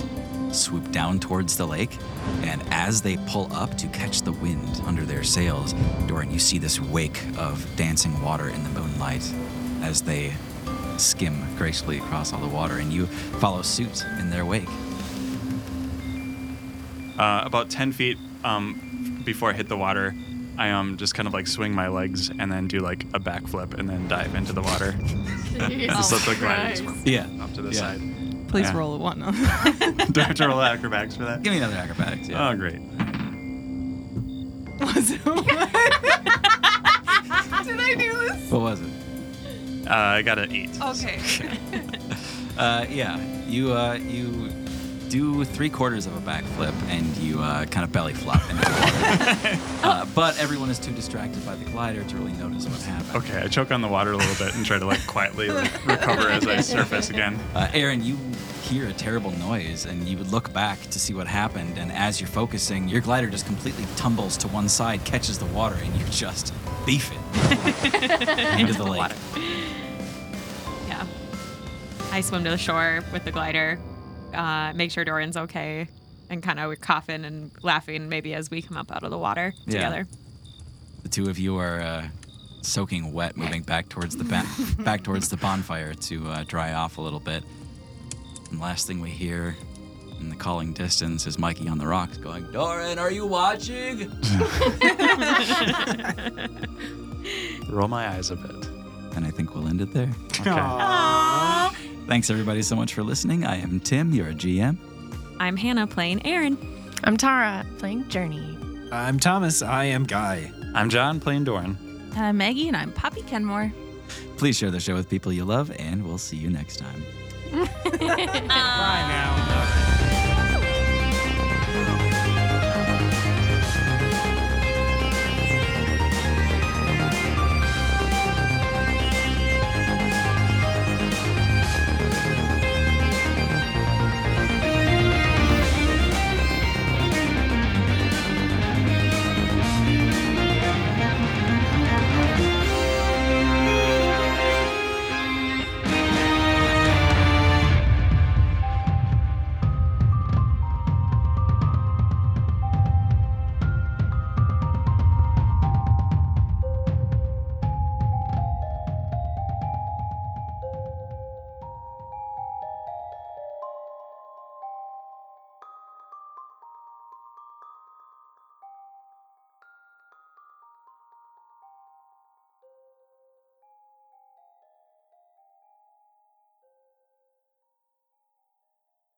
Speaker 1: swoop down towards the lake, and as they pull up to catch the wind under their sails, Doran, you see this wake of dancing water in the moonlight as they skim gracefully across all the water, and you follow suit in their wake.
Speaker 3: Uh, about 10 feet um, before I hit the water, I um, just kind of like swing my legs and then do like a backflip and then dive into the water.
Speaker 4: Jesus
Speaker 3: just let the glider
Speaker 4: Christ.
Speaker 3: just
Speaker 1: Yeah.
Speaker 3: off to the
Speaker 1: Yeah.
Speaker 3: side.
Speaker 4: Please
Speaker 3: Yeah.
Speaker 4: roll a one.
Speaker 3: Do I have to roll acrobatics for that?
Speaker 1: Give me another acrobatics. Yeah.
Speaker 3: Oh, great.
Speaker 4: Was it one? Did I do this?
Speaker 1: What was it?
Speaker 3: Uh, I got an 8.
Speaker 4: Okay.
Speaker 1: Uh, yeah, you uh, you do three quarters of a backflip and you uh, kind of belly flop into the water. uh, but everyone is too distracted by the glider to really notice what happened.
Speaker 3: Okay, I choke on the water a little bit and try to like quietly like, recover as I surface again.
Speaker 1: Uh, Aaron, you hear a terrible noise and you look back to see what happened. And as you're focusing, your glider just completely tumbles to one side, catches the water, and you just beef it into the lake.
Speaker 6: Yeah. I swim to the shore with the glider, uh, make sure Doran's okay, and kind of we're coughing and laughing maybe as we come up out of the water
Speaker 1: Yeah.
Speaker 6: together.
Speaker 1: The two of you are uh, soaking wet, moving back towards the ba- back towards the bonfire to uh, dry off a little bit. And last thing we hear in the calling distance is Mikey on the rocks going, "Doran, are you watching?"
Speaker 3: Roll my eyes a bit.
Speaker 1: And I think we'll end it there.
Speaker 3: Okay.
Speaker 1: Thanks everybody so much for listening. I am Tim, your GM.
Speaker 6: I'm Hannah playing Aaron.
Speaker 7: I'm Tara, playing Journey.
Speaker 5: I'm Thomas. I am Guy.
Speaker 3: I'm John playing Doran.
Speaker 4: And I'm Uh, Maggie, and I'm Poppy Kenmore.
Speaker 1: Please share the show with people you love, and we'll see you next time.
Speaker 10: Bye now.